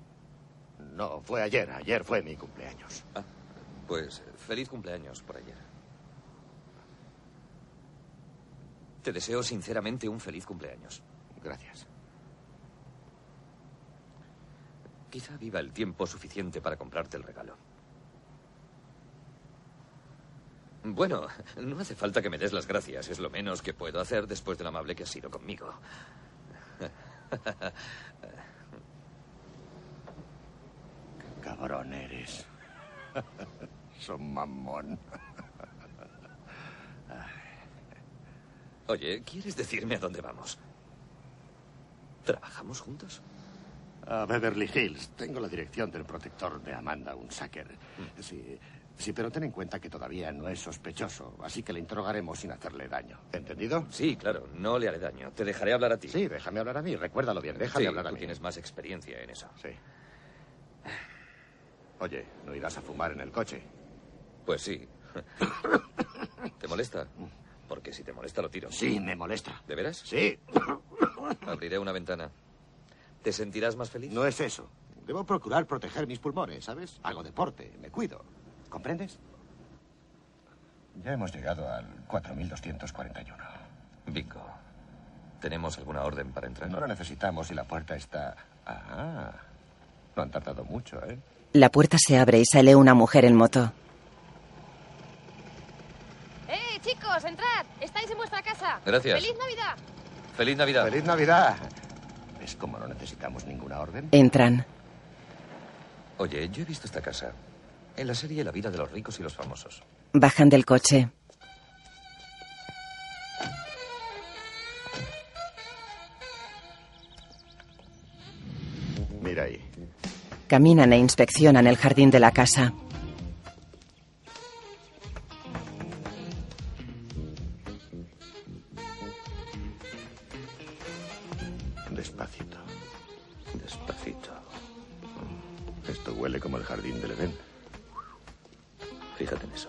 Speaker 4: No, fue ayer. Ayer fue mi cumpleaños.
Speaker 9: Ah, Pues eh, feliz cumpleaños por ayer. Te deseo sinceramente un feliz cumpleaños.
Speaker 4: Gracias.
Speaker 9: Quizá viva el tiempo suficiente para comprarte el regalo. Bueno, no hace falta que me des las gracias. Es lo menos que puedo hacer después de lo amable que has sido conmigo.
Speaker 4: Cabrón eres. Son mamón.
Speaker 9: Oye, ¿quieres decirme a dónde vamos? ¿Trabajamos juntos?
Speaker 4: A Beverly Hills. Tengo la dirección del protector de Amanda Unsacker.
Speaker 9: Mm.
Speaker 4: Sí, sí, pero ten en cuenta que todavía no es sospechoso, así que le interrogaremos sin hacerle daño. ¿Entendido?
Speaker 9: Sí, claro, no le haré daño. Te dejaré hablar a ti.
Speaker 4: Sí, déjame hablar a mí. Recuérdalo bien, déjame
Speaker 9: Sí,
Speaker 4: hablar a
Speaker 9: tú
Speaker 4: mí.
Speaker 9: tienes más experiencia en eso.
Speaker 4: Sí. Oye, ¿no irás a fumar en el coche? [laughs]
Speaker 9: Pues sí. ¿Te molesta? Porque si te molesta lo tiro.
Speaker 4: Sí, me molesta.
Speaker 9: ¿De veras?
Speaker 4: Sí. [coughs]
Speaker 9: Abriré una ventana. ¿Te sentirás más feliz?
Speaker 4: No es eso. Debo procurar proteger mis pulmones, ¿sabes? Hago deporte, me cuido. ¿Comprendes? Ya hemos llegado al 4241.
Speaker 9: Bingo. ¿Tenemos alguna orden para entrar?
Speaker 4: No la necesitamos y la puerta está. Ah. No han tardado mucho, ¿eh?
Speaker 1: La puerta se abre y sale una mujer en moto.
Speaker 18: ¡Eh, chicos, entrad! ¡Estáis en vuestra casa!
Speaker 4: Gracias.
Speaker 18: ¡Feliz Navidad!
Speaker 9: ¡Feliz Navidad!
Speaker 4: ¡Feliz Navidad! Es como no necesitamos ninguna orden.
Speaker 1: Entran.
Speaker 9: Oye, yo he visto esta casa. En la serie La vida de los ricos y los famosos.
Speaker 1: Bajan del coche.
Speaker 4: Mira ahí.
Speaker 1: Caminan e inspeccionan el jardín de la casa.
Speaker 4: Despacito. Despacito. Mm, Esto huele como el jardín del Edén.
Speaker 9: Fíjate en eso.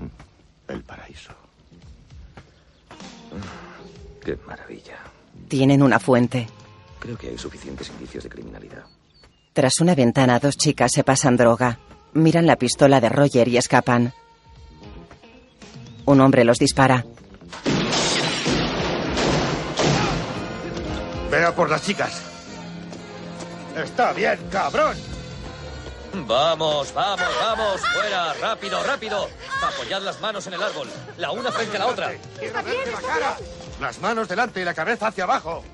Speaker 4: Mm, El paraíso. Mm,
Speaker 9: Qué maravilla.
Speaker 1: Tienen una fuente.
Speaker 9: Creo que hay suficientes indicios de criminalidad.
Speaker 1: Tras una ventana, dos chicas se pasan droga. Miran la pistola de Roger y escapan. Un hombre los dispara.
Speaker 4: Vea por las chicas. Está bien, cabrón.
Speaker 9: Vamos, vamos, vamos, fuera, rápido, rápido. Apoyad las manos en el árbol, la una frente a la otra.
Speaker 4: Las manos delante y la cabeza hacia abajo.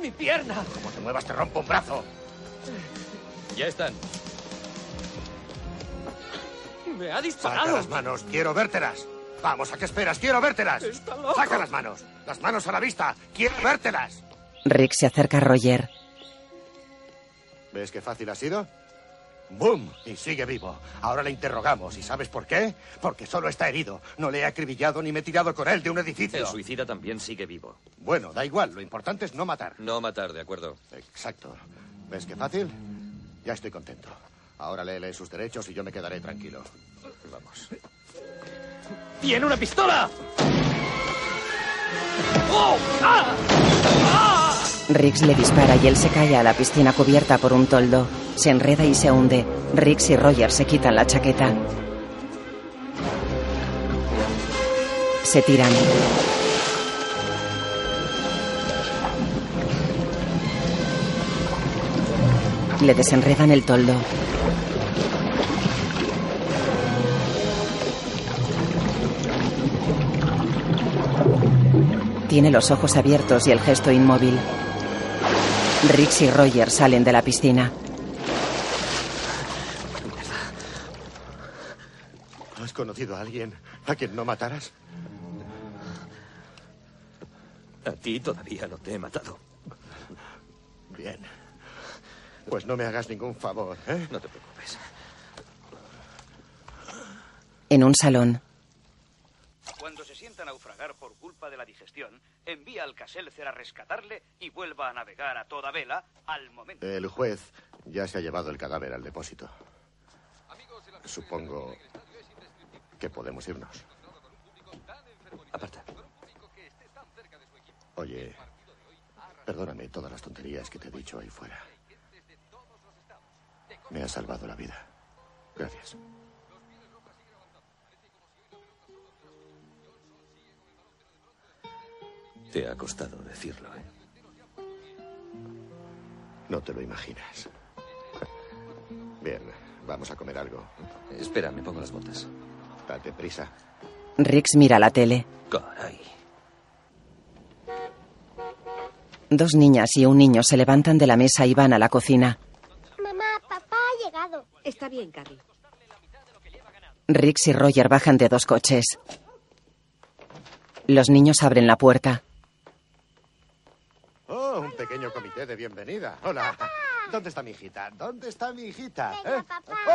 Speaker 9: Mi pierna.
Speaker 4: Como te muevas te rompo un brazo.
Speaker 9: Ya están.
Speaker 4: Me ha disparado. Saca las manos, quiero vértelas. Vamos, ¿a qué esperas? Quiero vértelas. Saca las manos. Las manos a la vista. Quiero vértelas.
Speaker 1: Rick se acerca a Roger.
Speaker 4: ¿Ves qué fácil ha sido? ¡Boom! Y sigue vivo. Ahora le interrogamos. ¿Y sabes por qué? Porque solo está herido. No le he acribillado ni me he tirado con él de un edificio.
Speaker 9: El suicida también sigue vivo.
Speaker 4: Bueno, da igual. Lo importante es no matar.
Speaker 9: No matar, de acuerdo.
Speaker 4: Exacto. ¿Ves qué fácil? Ya estoy contento. Ahora léele sus derechos y yo me quedaré tranquilo.
Speaker 9: Vamos.
Speaker 14: ¡Tiene una pistola! ¡Oh! ¡Ah! ¡Ah!
Speaker 1: Riggs le dispara y él se cae a la piscina cubierta por un toldo. Se enreda y se hunde. Riggs y Roger se quitan la chaqueta. Se tiran. Le desenredan el toldo. Tiene los ojos abiertos y el gesto inmóvil. Riggs y Roger salen de la piscina.
Speaker 4: ¿Has conocido a alguien a quien no mataras?
Speaker 9: A ti todavía no te he matado. Bien. Pues no me hagas ningún favor, ¿eh?
Speaker 27: No te preocupes.
Speaker 1: En un salón,
Speaker 14: Cuando se sienta a naufragar por culpa de la digestión, envía al Caselcer a rescatarle y vuelva a navegar a toda vela al momento.
Speaker 9: El juez ya se ha llevado el cadáver al depósito. Supongo que podemos irnos. Aparta. Oye, perdóname todas las tonterías que te he dicho ahí fuera. Me ha salvado la vida. Gracias.
Speaker 27: Te ha costado decirlo, ¿eh?
Speaker 9: No te lo imaginas. Bien, vamos a comer algo.
Speaker 27: Espera, me pongo las botas.
Speaker 9: Date prisa.
Speaker 1: Rix mira la tele.
Speaker 27: Caray.
Speaker 1: Dos niñas y un niño se levantan de la mesa y van a la cocina.
Speaker 3: Mamá, papá ha llegado.
Speaker 28: Está bien, Carrie.
Speaker 1: Rix y Roger bajan de dos coches. Los niños abren la puerta.
Speaker 9: Oh, un pequeño comité de bienvenida. Hola. ¿Dónde está mi hijita? ¿Dónde está mi hijita? ¿Eh?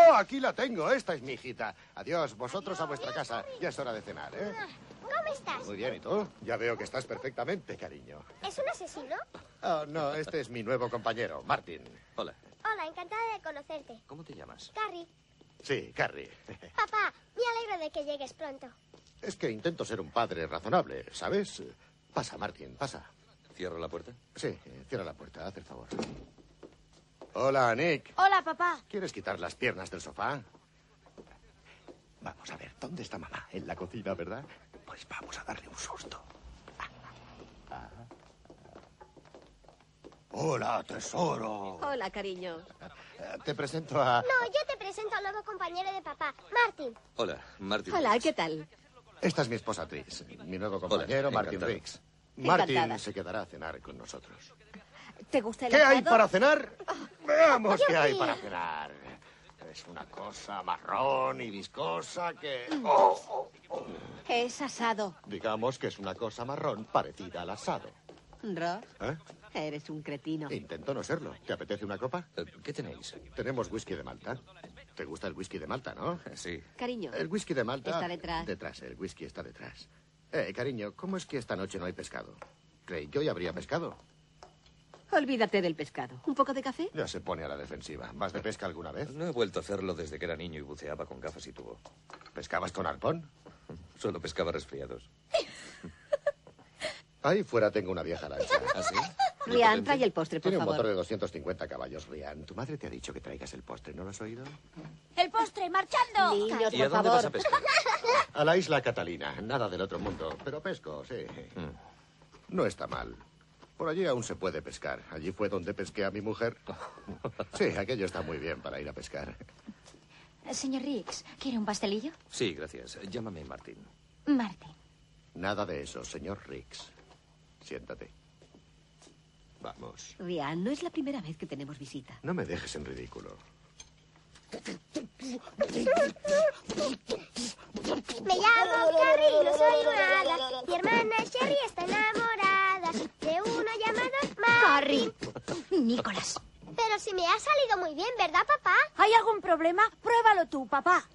Speaker 9: Oh, aquí la tengo. Esta es mi hijita. Adiós, vosotros a vuestra casa. Ya es hora de cenar, ¿eh?
Speaker 3: Ah, ¿Cómo estás?
Speaker 9: Muy bien, ¿y tú? Ya veo que estás perfectamente, cariño.
Speaker 3: ¿Es un asesino?
Speaker 9: Oh, no, este es mi nuevo compañero, Martin.
Speaker 27: Hola.
Speaker 3: Hola, encantada de conocerte.
Speaker 27: ¿Cómo te llamas?
Speaker 3: Carrie,
Speaker 9: Sí, Carrie.
Speaker 3: papá, me alegro de que llegues pronto.
Speaker 9: Es que intento ser un padre razonable, ¿sabes? Pasa, Martin, pasa.
Speaker 27: ¿Cierro la puerta?
Speaker 9: Sí, eh, cierra la puerta, haz el favor. Hola, Nick.
Speaker 3: Hola, papá.
Speaker 9: ¿Quieres quitar las piernas del sofá? Vamos a ver, ¿dónde está mamá? En la cocina, ¿verdad? Pues vamos a darle un susto. Hola, tesoro.
Speaker 3: Hola, cariño.
Speaker 9: Eh, Te presento a...
Speaker 3: No, yo te presento al nuevo compañero de papá, Martin.
Speaker 27: Hola, Martin.
Speaker 3: ¿qué tal?
Speaker 9: Esta es mi esposa Tris, mi nuevo compañero, Martin
Speaker 27: encantado.
Speaker 9: Riggs. Martin
Speaker 3: Encantada.
Speaker 9: se quedará a cenar con nosotros.
Speaker 3: ¿Te gusta
Speaker 9: ¿Qué hay para cenar? Veamos qué hay
Speaker 3: sí.
Speaker 9: para cenar. Es una cosa marrón y viscosa que... Oh,
Speaker 3: Mm.
Speaker 9: oh, oh.
Speaker 2: Es asado.
Speaker 9: Digamos que es una cosa marrón parecida al asado.
Speaker 2: Rob,
Speaker 9: ¿Eh?
Speaker 2: eres un cretino.
Speaker 9: Intento no serlo. ¿Te apetece una copa?
Speaker 27: Eh, ¿Qué tenéis?
Speaker 9: Tenemos whisky de Malta. ¿Te gusta el whisky de Malta, no?
Speaker 27: [laughs] Sí.
Speaker 2: Cariño.
Speaker 9: El Ah. whisky de Malta...
Speaker 2: Está detrás.
Speaker 9: Detrás, el whisky está detrás. Eh, cariño, ¿cómo es que esta noche no hay pescado? Creí que hoy habría pescado.
Speaker 2: Olvídate del pescado. ¿Un poco de café?
Speaker 9: Ya se pone a la defensiva. ¿Vas de pesca alguna vez?
Speaker 27: No he vuelto a hacerlo desde que era niño y buceaba con gafas y tubo.
Speaker 9: ¿Pescabas con arpón?
Speaker 27: [laughs] Solo pescaba resfriados.
Speaker 9: [laughs] Ahí fuera tengo una vieja lancha.
Speaker 27: ¿Ah, sí?
Speaker 2: Rian, trae el postre, por
Speaker 9: Tiene un
Speaker 2: favor.
Speaker 9: motor de 250 caballos, Rian. Tu madre te ha dicho que traigas el postre, ¿no lo has oído?
Speaker 3: ¡El postre, marchando!
Speaker 2: Niños,
Speaker 27: ¿Y a
Speaker 2: por
Speaker 27: dónde vas a
Speaker 2: favor. [laughs]
Speaker 27: pescar?
Speaker 9: A la isla Catalina, nada del otro mundo, pero pesco, sí. Mm. No está mal. Por allí aún se puede pescar. Allí fue donde pesqué a mi mujer. Sí, aquello está muy bien para ir a pescar.
Speaker 7: Señor Riggs, ¿quiere un pastelillo?
Speaker 27: Sí, gracias. Llámame Martín.
Speaker 7: Martin.
Speaker 9: Nada de eso, señor Riggs. Siéntate. Vamos.
Speaker 2: Rian, no es la primera vez que tenemos visita.
Speaker 9: No me dejes en ridículo.
Speaker 3: Me llamo Carrie y no soy una hada. Mi hermana Sherry está enamorada de uno llamado Martin.
Speaker 7: Nicolás.
Speaker 3: Pero si me ha salido muy bien, ¿verdad, papá?
Speaker 7: ¿Hay algún problema? Pruébalo tú, papá.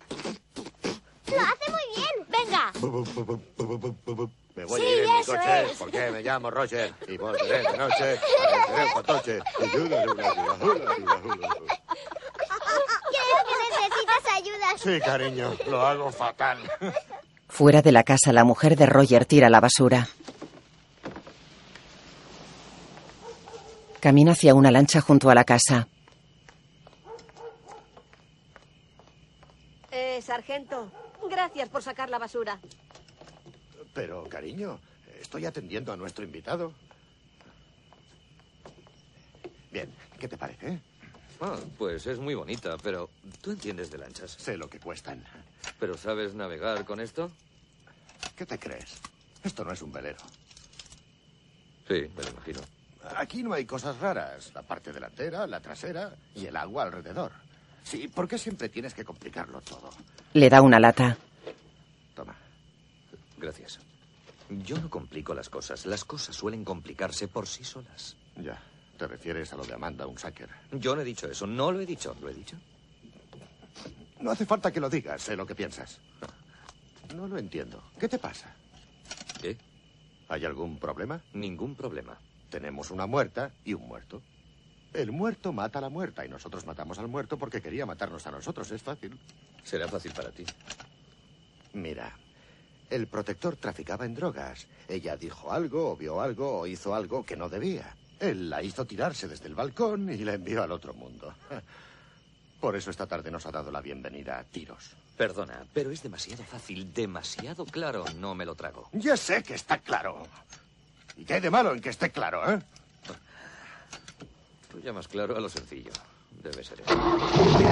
Speaker 3: Lo hace muy bien. Venga.
Speaker 9: Me voy
Speaker 3: Sí,
Speaker 9: a ir en mi
Speaker 3: eso
Speaker 9: coche
Speaker 3: es.
Speaker 9: porque me llamo Roger y volveré de noche apareceré un
Speaker 3: [laughs]
Speaker 9: patoche. Y hula, hula, hula, hula, hula, hula.
Speaker 3: Creo que necesitas ayuda.
Speaker 9: Sí, cariño, lo hago
Speaker 3: [laughs]
Speaker 9: fatal.
Speaker 1: Fuera de la casa, la mujer de Roger tira la basura. Camina hacia una lancha junto a la casa.
Speaker 2: Eh, sargento, gracias por sacar la basura.
Speaker 9: Pero, cariño, estoy atendiendo a nuestro invitado. Bien, ¿qué te parece?
Speaker 27: Ah, pues es muy bonita, pero tú entiendes de lanchas.
Speaker 9: Sé lo que cuestan.
Speaker 27: ¿Pero sabes navegar con esto?
Speaker 9: ¿Qué te crees? Esto no es un velero.
Speaker 27: Sí, me lo imagino.
Speaker 9: Aquí no hay cosas raras. La parte delantera, la trasera y el agua alrededor. Sí, ¿por qué siempre tienes que complicarlo todo?
Speaker 1: Le da una lata.
Speaker 9: Toma.
Speaker 27: Gracias. Yo no complico las cosas. Las cosas suelen complicarse por sí solas.
Speaker 9: Ya, ¿Te refieres a lo de Amanda Unsacker?
Speaker 4: Yo no he dicho eso, no lo he dicho. ¿Lo he dicho?
Speaker 9: No hace falta que lo digas, sé lo que piensas. No lo entiendo. ¿Qué te pasa?
Speaker 4: ¿Qué?
Speaker 9: ¿Hay algún problema?
Speaker 4: Ningún problema.
Speaker 9: Tenemos una muerta y un muerto. El muerto mata a la muerta y nosotros matamos al muerto porque quería matarnos a nosotros. Es fácil.
Speaker 4: Será fácil para ti.
Speaker 9: Mira, el protector traficaba en drogas. Ella dijo algo, o vio algo, o hizo algo que no debía. Él la hizo tirarse desde el balcón y la envió al otro mundo. [laughs] Por eso esta tarde nos ha dado la bienvenida a tiros.
Speaker 4: Perdona, pero es demasiado fácil, demasiado claro. No me lo trago.
Speaker 9: Ya sé que está claro. ¿Y qué hay de malo en que esté claro, eh?
Speaker 4: Tú llamas Pues claro a lo sencillo. Debe ser.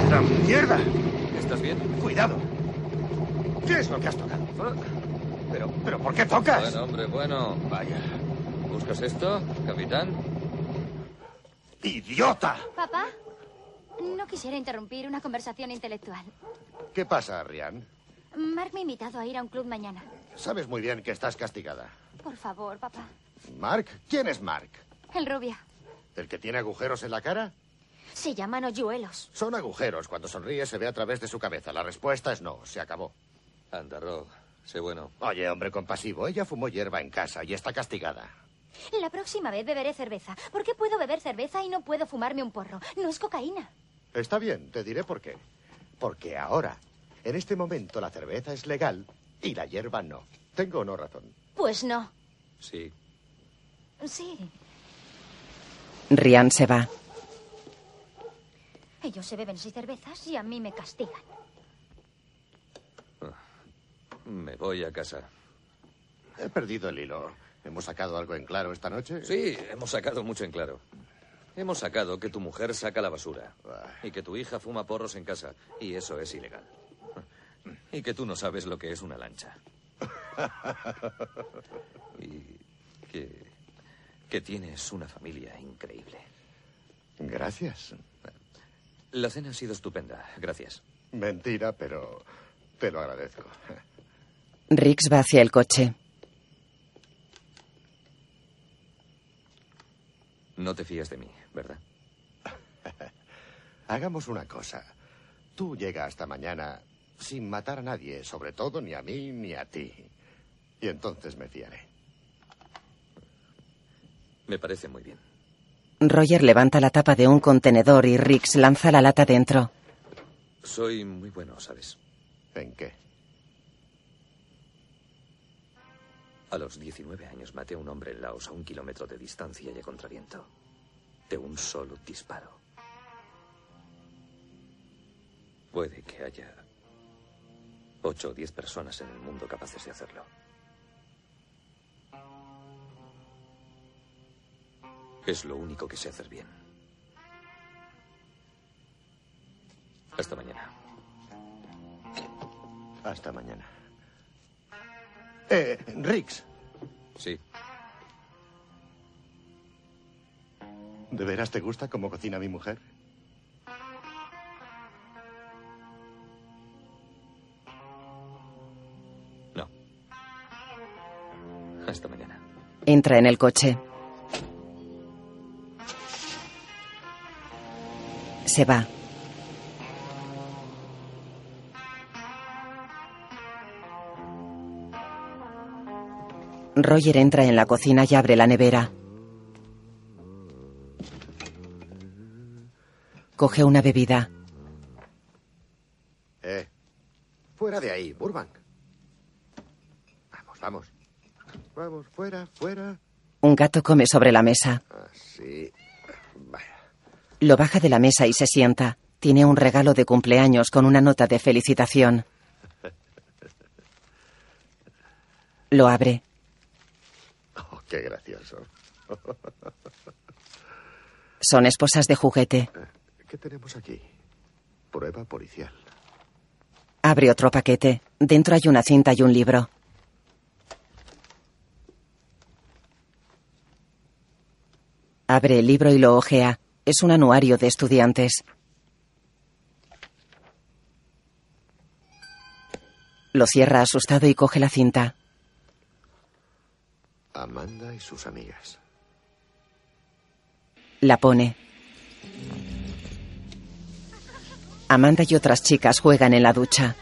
Speaker 9: ¡La mierda!
Speaker 4: ¿Estás bien?
Speaker 9: ¡Cuidado! ¿Qué es lo que has tocado?
Speaker 4: Pero,
Speaker 9: ¿Pero por qué tocas?
Speaker 4: Bueno, hombre, bueno. Vaya. ¿Buscas esto, capitán?
Speaker 9: ¡Idiota!
Speaker 7: Papá, no quisiera interrumpir una conversación intelectual.
Speaker 9: ¿Qué pasa, Rian?
Speaker 7: Mark me ha invitado a ir a un club mañana.
Speaker 9: Sabes muy bien que estás castigada.
Speaker 7: Por favor, papá.
Speaker 9: ¿Mark? ¿Quién es Mark?
Speaker 7: El rubia.
Speaker 9: ¿El que tiene agujeros en la cara?
Speaker 7: Se llaman hoyuelos.
Speaker 9: Son agujeros. Cuando sonríe se ve a través de su cabeza. La respuesta es no. Se acabó.
Speaker 4: Anda, Rob. Sé bueno.
Speaker 9: Oye, hombre compasivo. Ella fumó hierba en casa y está castigada.
Speaker 7: La próxima vez beberé cerveza. ¿Por qué puedo beber cerveza y no puedo fumarme un porro? No es cocaína.
Speaker 9: Está bien, te diré por qué. Porque ahora, en este momento, la cerveza es legal y la hierba no. ¿Tengo o no razón?
Speaker 7: Pues no.
Speaker 4: Sí.
Speaker 7: Sí.
Speaker 1: Rian se va.
Speaker 7: Ellos se beben seis cervezas y a mí me castigan.
Speaker 4: Me voy a casa.
Speaker 9: He perdido el hilo. ¿Hemos sacado algo en claro esta noche?
Speaker 4: Sí, hemos sacado mucho en claro. Hemos sacado que tu mujer saca la basura y que tu hija fuma porros en casa y eso es ilegal. Y que tú no sabes lo que es una
Speaker 9: [laughs]
Speaker 4: lancha. Y que, que tienes una familia increíble.
Speaker 9: Gracias.
Speaker 4: La cena ha sido estupenda, gracias.
Speaker 9: Mentira, pero te lo agradezco.
Speaker 1: Rix va hacia el coche.
Speaker 4: No te fías de mí, ¿verdad?
Speaker 9: [laughs] Hagamos una cosa. Tú llega hasta mañana sin matar a nadie, sobre todo ni a mí ni a ti. Y entonces me fiaré.
Speaker 4: Me parece muy bien.
Speaker 1: Roger levanta la tapa de un contenedor y Rix lanza la lata dentro.
Speaker 4: Soy muy bueno, ¿sabes?
Speaker 9: ¿En qué?
Speaker 4: A los 19 años maté a un hombre en Laos a un kilómetro de distancia y a contraviento. De un solo disparo. Puede que haya ocho o diez personas en el mundo capaces de hacerlo. Es lo único que sé hacer bien. Hasta mañana.
Speaker 9: Hasta mañana. Eh, Rix.
Speaker 4: Sí.
Speaker 9: ¿De veras te gusta cómo cocina mi mujer?
Speaker 4: No. Hasta mañana.
Speaker 1: Entra en el coche. Se va. Roger entra en la cocina y abre la nevera. Coge una bebida.
Speaker 9: Eh. Fuera de ahí, Burbank. Vamos, vamos. Vamos, fuera, fuera.
Speaker 1: Un gato come sobre la mesa.
Speaker 9: Así. Vaya.
Speaker 1: Lo baja de la mesa y se sienta. Tiene un regalo de cumpleaños con una nota de felicitación. Lo abre.
Speaker 9: Oh, qué gracioso. [laughs]
Speaker 1: Son esposas de juguete.
Speaker 9: ¿Qué tenemos aquí? Prueba policial.
Speaker 1: Abre otro paquete. Dentro hay una cinta y un libro. Abre el libro y lo ojea. Es un anuario de estudiantes. Lo cierra asustado y coge la cinta.
Speaker 9: Amanda y sus amigas.
Speaker 1: La pone. Amanda y otras chicas juegan en la ducha.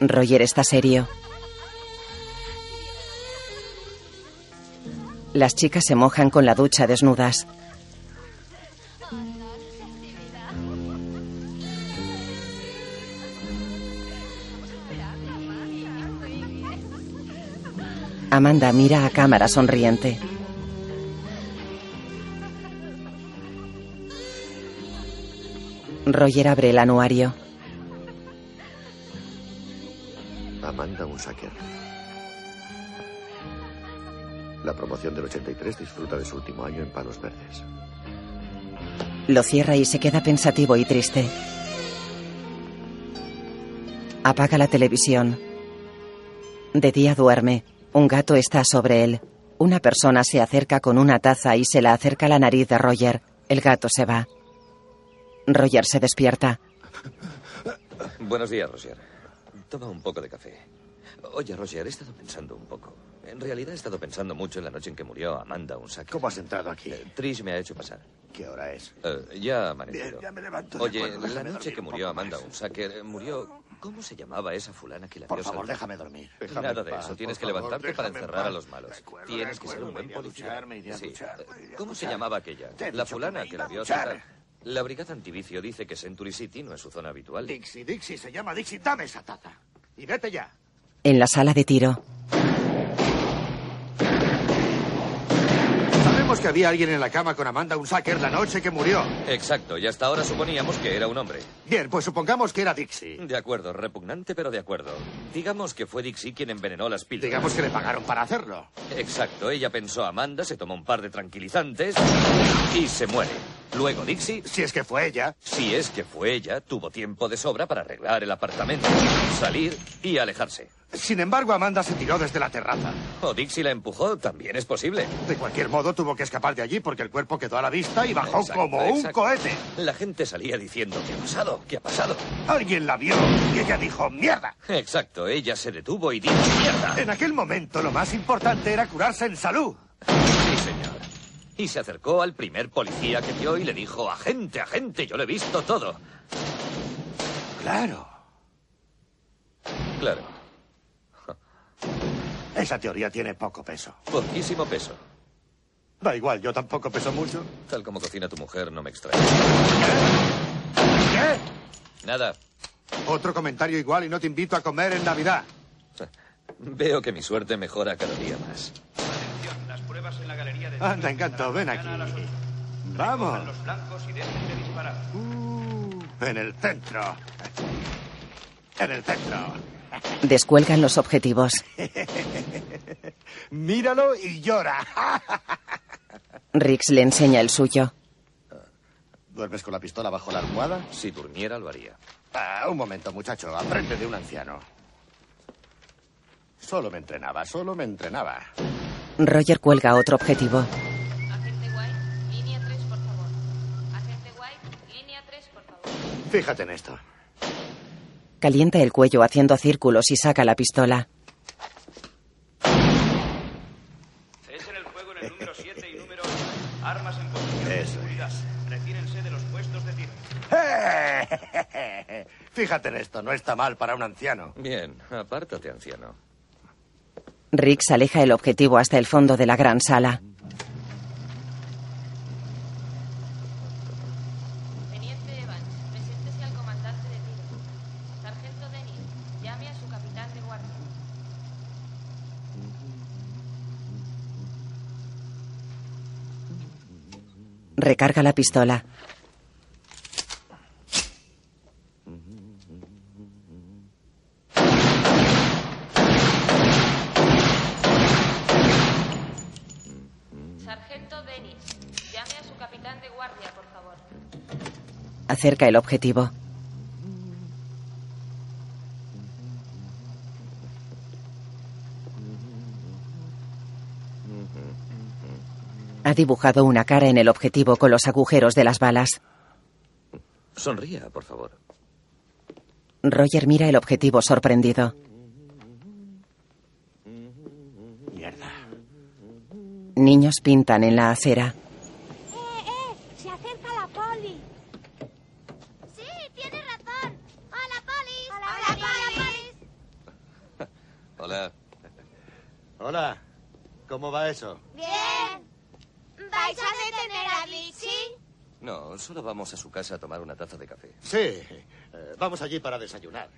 Speaker 1: Roger está serio. Las chicas se mojan con la ducha desnudas. Amanda mira a cámara sonriente. Roger abre el anuario.
Speaker 4: Amanda Unsaker. La promoción del 83 disfruta de su último año en Palos Verdes.
Speaker 1: Lo cierra y se queda pensativo y triste. Apaga la televisión. De día duerme. Un gato está sobre él. Una persona se acerca con una taza y se la acerca a la nariz de Roger. El gato se va. Roger se despierta.
Speaker 9: Buenos días, Roger. Toma un poco de café. Oye, Roger, he estado pensando un poco. En realidad he estado pensando mucho en la noche en que murió Amanda Unsaker. ¿Cómo
Speaker 4: has entrado aquí?
Speaker 9: Trish me ha hecho pasar. Eh,
Speaker 4: ¿Qué hora es?
Speaker 9: ya ha amanecido.
Speaker 4: Bien, ya me levanto. de
Speaker 9: Oye,
Speaker 4: acuerdo,
Speaker 9: la
Speaker 4: déjame
Speaker 9: noche
Speaker 4: dormir
Speaker 9: que
Speaker 4: un
Speaker 9: murió
Speaker 4: poco
Speaker 9: Amanda
Speaker 4: más.
Speaker 9: Unsaker, murió... ¿Cómo se llamaba esa fulana que la
Speaker 4: Por
Speaker 9: vio
Speaker 4: favor,
Speaker 9: saltar?
Speaker 4: déjame dormir.
Speaker 9: Nada
Speaker 4: Déjame
Speaker 9: de
Speaker 4: en paz,
Speaker 9: eso. Tienes
Speaker 4: por
Speaker 9: que
Speaker 4: favor,
Speaker 9: levantarte para
Speaker 4: déjame en
Speaker 9: encerrar a
Speaker 4: paz.
Speaker 9: los malos.
Speaker 4: acuerdo,
Speaker 9: Tienes
Speaker 4: de
Speaker 9: que ser
Speaker 4: acuerdo,
Speaker 9: un buen
Speaker 4: me iré a
Speaker 9: policía.
Speaker 4: duchar, me iré a
Speaker 9: Sí.
Speaker 4: duchar, me iré a
Speaker 9: ¿Cómo se
Speaker 4: duchar.
Speaker 9: llamaba aquella?
Speaker 4: Te he
Speaker 9: La
Speaker 4: dicho que
Speaker 9: fulana
Speaker 4: me
Speaker 9: que
Speaker 4: iba
Speaker 9: la
Speaker 4: a
Speaker 9: vio
Speaker 4: duchar.
Speaker 9: saltar. La brigada antivicio dice que Century City no es su zona habitual.
Speaker 4: Dixie, Dixie, se llama Dixie. Dame esa taza. Y vete ya.
Speaker 1: En la sala de tiro,
Speaker 4: Sabemos que había alguien en la cama con Amanda Unsaker la noche que murió.
Speaker 9: Exacto, y hasta ahora suponíamos que era un hombre.
Speaker 4: Bien, pues supongamos que era Dixie.
Speaker 9: De acuerdo, repugnante, pero de acuerdo. Digamos que fue Dixie quien envenenó las píldoras.
Speaker 4: Digamos que le pagaron para hacerlo.
Speaker 9: Exacto, ella pensó Amanda, se tomó un par de tranquilizantes y se muere. Luego Dixie.
Speaker 4: Si es que fue ella.
Speaker 9: Si es que fue ella, tuvo tiempo de sobra para arreglar el apartamento, salir y alejarse.
Speaker 4: Sin embargo, Amanda se tiró desde la terraza.
Speaker 9: O Dixie la empujó, también es posible.
Speaker 4: De cualquier modo, tuvo que escapar de allí porque el cuerpo quedó a la vista y bajó
Speaker 9: Exacto,
Speaker 4: como un
Speaker 9: exacto.
Speaker 4: cohete.
Speaker 9: La gente salía diciendo, ¿qué ha pasado? ¿Qué ha pasado?
Speaker 4: Alguien la vio y ella dijo, ¡mierda!
Speaker 9: Exacto, ella se detuvo y dijo, ¡mierda!
Speaker 4: En aquel momento, lo más importante era curarse en salud.
Speaker 9: Sí, señor. Y se acercó al primer policía que vio y le dijo, agente, agente, yo lo he visto todo.
Speaker 4: Claro.
Speaker 9: Claro,
Speaker 4: [laughs] Esa teoría tiene poco peso.
Speaker 9: poquísimo peso.
Speaker 4: Da igual, yo tampoco peso mucho.
Speaker 9: Tal como cocina tu mujer, no me extraña. ¿Qué? Nada.
Speaker 4: Otro comentario igual y no te invito a comer en Navidad.
Speaker 9: Veo que mi suerte mejora cada día más.
Speaker 12: Las pruebas en la galería de...
Speaker 4: Anda, encanto, ven aquí. Vamos.
Speaker 12: Los blancos y dejen de disparar.
Speaker 4: En el centro. En el centro.
Speaker 9: [laughs]
Speaker 1: descuelgan los objetivos.
Speaker 4: Míralo y llora.
Speaker 1: Rix le enseña el suyo.
Speaker 4: ¿Duermes con la pistola bajo la almohada?
Speaker 9: Si durmiera, lo haría.
Speaker 4: Ah, un momento, muchacho. Aprende de un anciano. Solo me entrenaba, solo me entrenaba.
Speaker 1: Roger cuelga otro objetivo.
Speaker 4: Fíjate en esto.
Speaker 1: Calienta el cuello haciendo círculos y saca la pistola.
Speaker 12: Echen el fuego en el número 7 y número 8. Armas en posición de seguridad. Retírense de los puestos de tiro.
Speaker 4: [laughs] Fíjate en esto, no está mal para un anciano.
Speaker 9: Bien, apártate, anciano.
Speaker 1: Rix aleja el objetivo hasta el fondo de la gran sala.
Speaker 18: Teniente Evans, preséntese al comandante de tiro. Sargento Dennis, llame a su capitán de guardia.
Speaker 1: Recarga la pistola.
Speaker 18: Sargento Dennis, llame a su capitán de guardia, por favor.
Speaker 1: Acerca el objetivo. Ha dibujado una cara en el objetivo con los agujeros de las balas.
Speaker 9: Sonría, por favor.
Speaker 1: Roger mira el objetivo sorprendido.
Speaker 4: Mierda.
Speaker 1: Niños pintan en la acera.
Speaker 3: Se acerca la poli. Sí, tienes razón. Hola, poli. Hola, poli.
Speaker 9: Hola.
Speaker 29: Hola, ¿cómo va eso?
Speaker 3: Bien. ¿Vais a detener a Vichy?
Speaker 9: No, solo vamos a su casa a tomar una taza de café.
Speaker 29: Sí, eh, vamos allí para desayunar.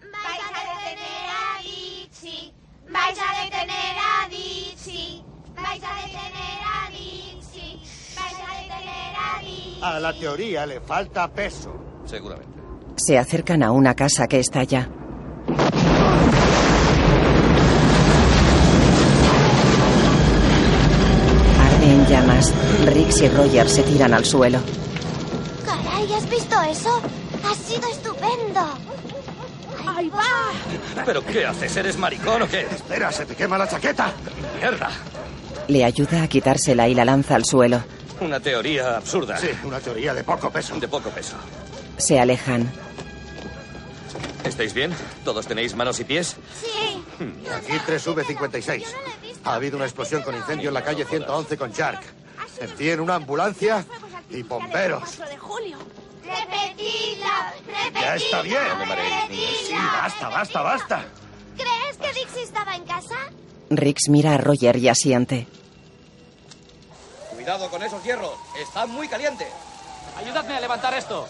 Speaker 3: ¿Vais a detener a Vichy? ¿Vais a detener a Vichy? ¿Vais a detener a Vichy? ¿Vais a detener a Vichy?
Speaker 29: A la teoría le falta peso.
Speaker 9: Seguramente.
Speaker 1: Se acercan a una casa que estalla. Arde en llamas. Riggs y Roger se tiran al suelo.
Speaker 3: Caray, ¿has visto eso? Ha sido estupendo. ¡Ahí va!
Speaker 9: ¿Pero qué haces? ¿Eres maricón o qué?
Speaker 4: Espera, se te quema la chaqueta.
Speaker 9: ¡Mierda!
Speaker 1: Le ayuda a quitársela y la lanza al suelo.
Speaker 9: Una teoría absurda.
Speaker 4: Sí, una teoría de poco peso.
Speaker 9: De poco peso.
Speaker 1: Se alejan.
Speaker 9: ¿Estáis bien? ¿Todos tenéis manos y pies?
Speaker 3: Sí.
Speaker 4: Hmm. Aquí 3V56. Ha habido una explosión con incendio en la calle 111 con Shark. Encien una ambulancia y bomberos.
Speaker 3: 4 de julio. Repetidla, repetidla.
Speaker 4: Ya está bien.
Speaker 3: No me mareéis, niños.
Speaker 4: Sí, basta, basta, basta.
Speaker 3: ¿Crees que Dixie estaba en casa?
Speaker 1: Riggs mira a Roger y asiente.
Speaker 30: Cuidado con esos hierros. Están muy calientes.
Speaker 14: Ayudadme a levantar esto.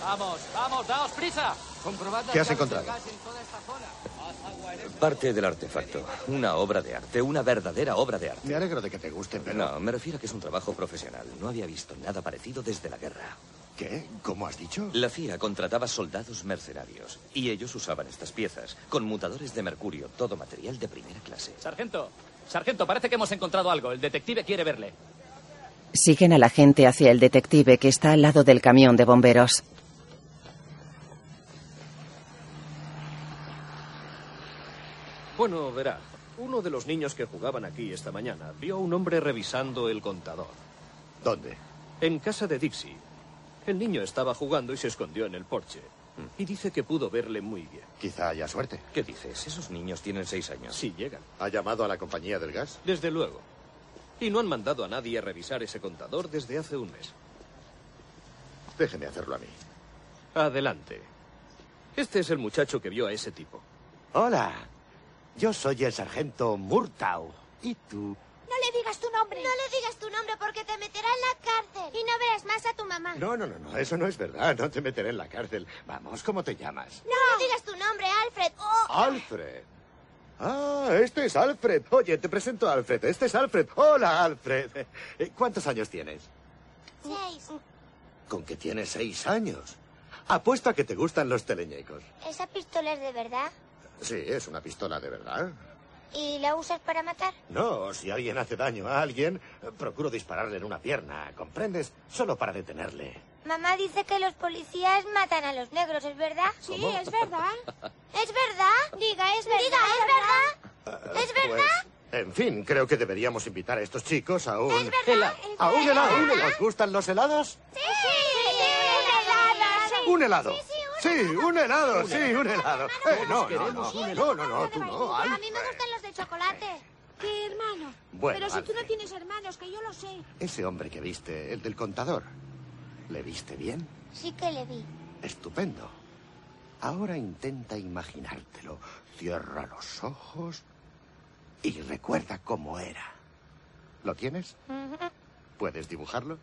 Speaker 14: Vamos, vamos, daos prisa. Comprobad las
Speaker 4: ¿Qué has
Speaker 14: llaves
Speaker 4: encontrado?
Speaker 14: del gas en toda esta zona. Haz agua en esto.
Speaker 9: Parte del artefacto. Una obra de arte, una verdadera obra de arte.
Speaker 4: Me alegro de que te guste, pero...
Speaker 9: No, me refiero a que es un trabajo profesional. No había visto nada parecido desde la guerra.
Speaker 4: ¿Qué? ¿Cómo has dicho?
Speaker 9: La CIA contrataba soldados mercenarios y ellos usaban estas piezas, conmutadores de mercurio, todo material de primera clase.
Speaker 14: Sargento, sargento, parece que hemos encontrado algo. El detective quiere verle.
Speaker 1: Siguen a la gente hacia el detective que está al lado del camión de bomberos.
Speaker 31: Bueno, verá. Uno de los niños que jugaban aquí esta mañana vio a un hombre revisando el contador.
Speaker 4: ¿Dónde?
Speaker 31: En casa de Dixie. El niño estaba jugando y se escondió en el porche. Y dice que pudo verle muy bien.
Speaker 4: Mm. Quizá haya suerte.
Speaker 9: ¿Qué dices? Esos niños tienen seis años.
Speaker 31: Si llegan.
Speaker 4: ¿Ha llamado a la compañía del gas?
Speaker 31: Desde luego. Y no han mandado a nadie a revisar ese contador desde hace un mes.
Speaker 4: Déjeme hacerlo a mí.
Speaker 31: Adelante. Este es el muchacho que vio a ese tipo.
Speaker 29: Hola, yo soy el sargento Murtau. ¿Y tú?
Speaker 3: No le digas tu nombre. No le digas tu nombre porque te meterá en la cárcel. Y no verás más a tu mamá.
Speaker 4: No, no, no, no, eso no es verdad. No te meteré en la cárcel. Vamos, ¿cómo te llamas?
Speaker 3: No le digas tu nombre, Alfred. Oh,
Speaker 4: Alfred. Ah, este es Alfred. Oye, te presento a Alfred. Este es Alfred. Hola, Alfred. Eh, ¿Cuántos años tienes?
Speaker 3: seis.
Speaker 4: Con que tienes seis años. Apuesto a que te gustan los teleñecos.
Speaker 3: ¿Esa pistola es de verdad?
Speaker 4: Sí, es una pistola de verdad.
Speaker 3: ¿Y la usas para matar?
Speaker 4: No, si alguien hace daño a alguien, eh, procuro dispararle en una pierna, ¿comprendes? Solo para detenerle.
Speaker 3: Mamá dice que los policías matan a los negros, ¿es verdad? Sí, es verdad. [laughs] ¿Es verdad? Diga, es verdad. Diga, es verdad. ¿Es verdad?
Speaker 4: Ah, Pues, en fin, creo que deberíamos invitar a estos chicos a un...
Speaker 3: ¿Es verdad?
Speaker 4: helado.
Speaker 3: ¿Es
Speaker 4: ¿A un
Speaker 3: verdad?
Speaker 4: helado? ¿Les gustan los helados?
Speaker 3: Sí, sí, es
Speaker 4: Un helado. Sí, un helado, sí, un helado. Eh, no, no, no,
Speaker 3: queremos un
Speaker 4: no, no, no, tú no,
Speaker 3: A
Speaker 4: Alfred.
Speaker 3: mí me gustan los de chocolate.
Speaker 32: ¿Qué, hermano?
Speaker 4: Bueno,
Speaker 32: Pero si tú no
Speaker 4: Alfred.
Speaker 32: tienes hermanos, que yo lo sé.
Speaker 4: Ese hombre que viste, el del contador, ¿le viste bien?
Speaker 3: Sí que le vi.
Speaker 4: Estupendo. Ahora intenta imaginártelo. Cierra los ojos y recuerda cómo era. ¿Lo tienes? ¿Puedes dibujarlo?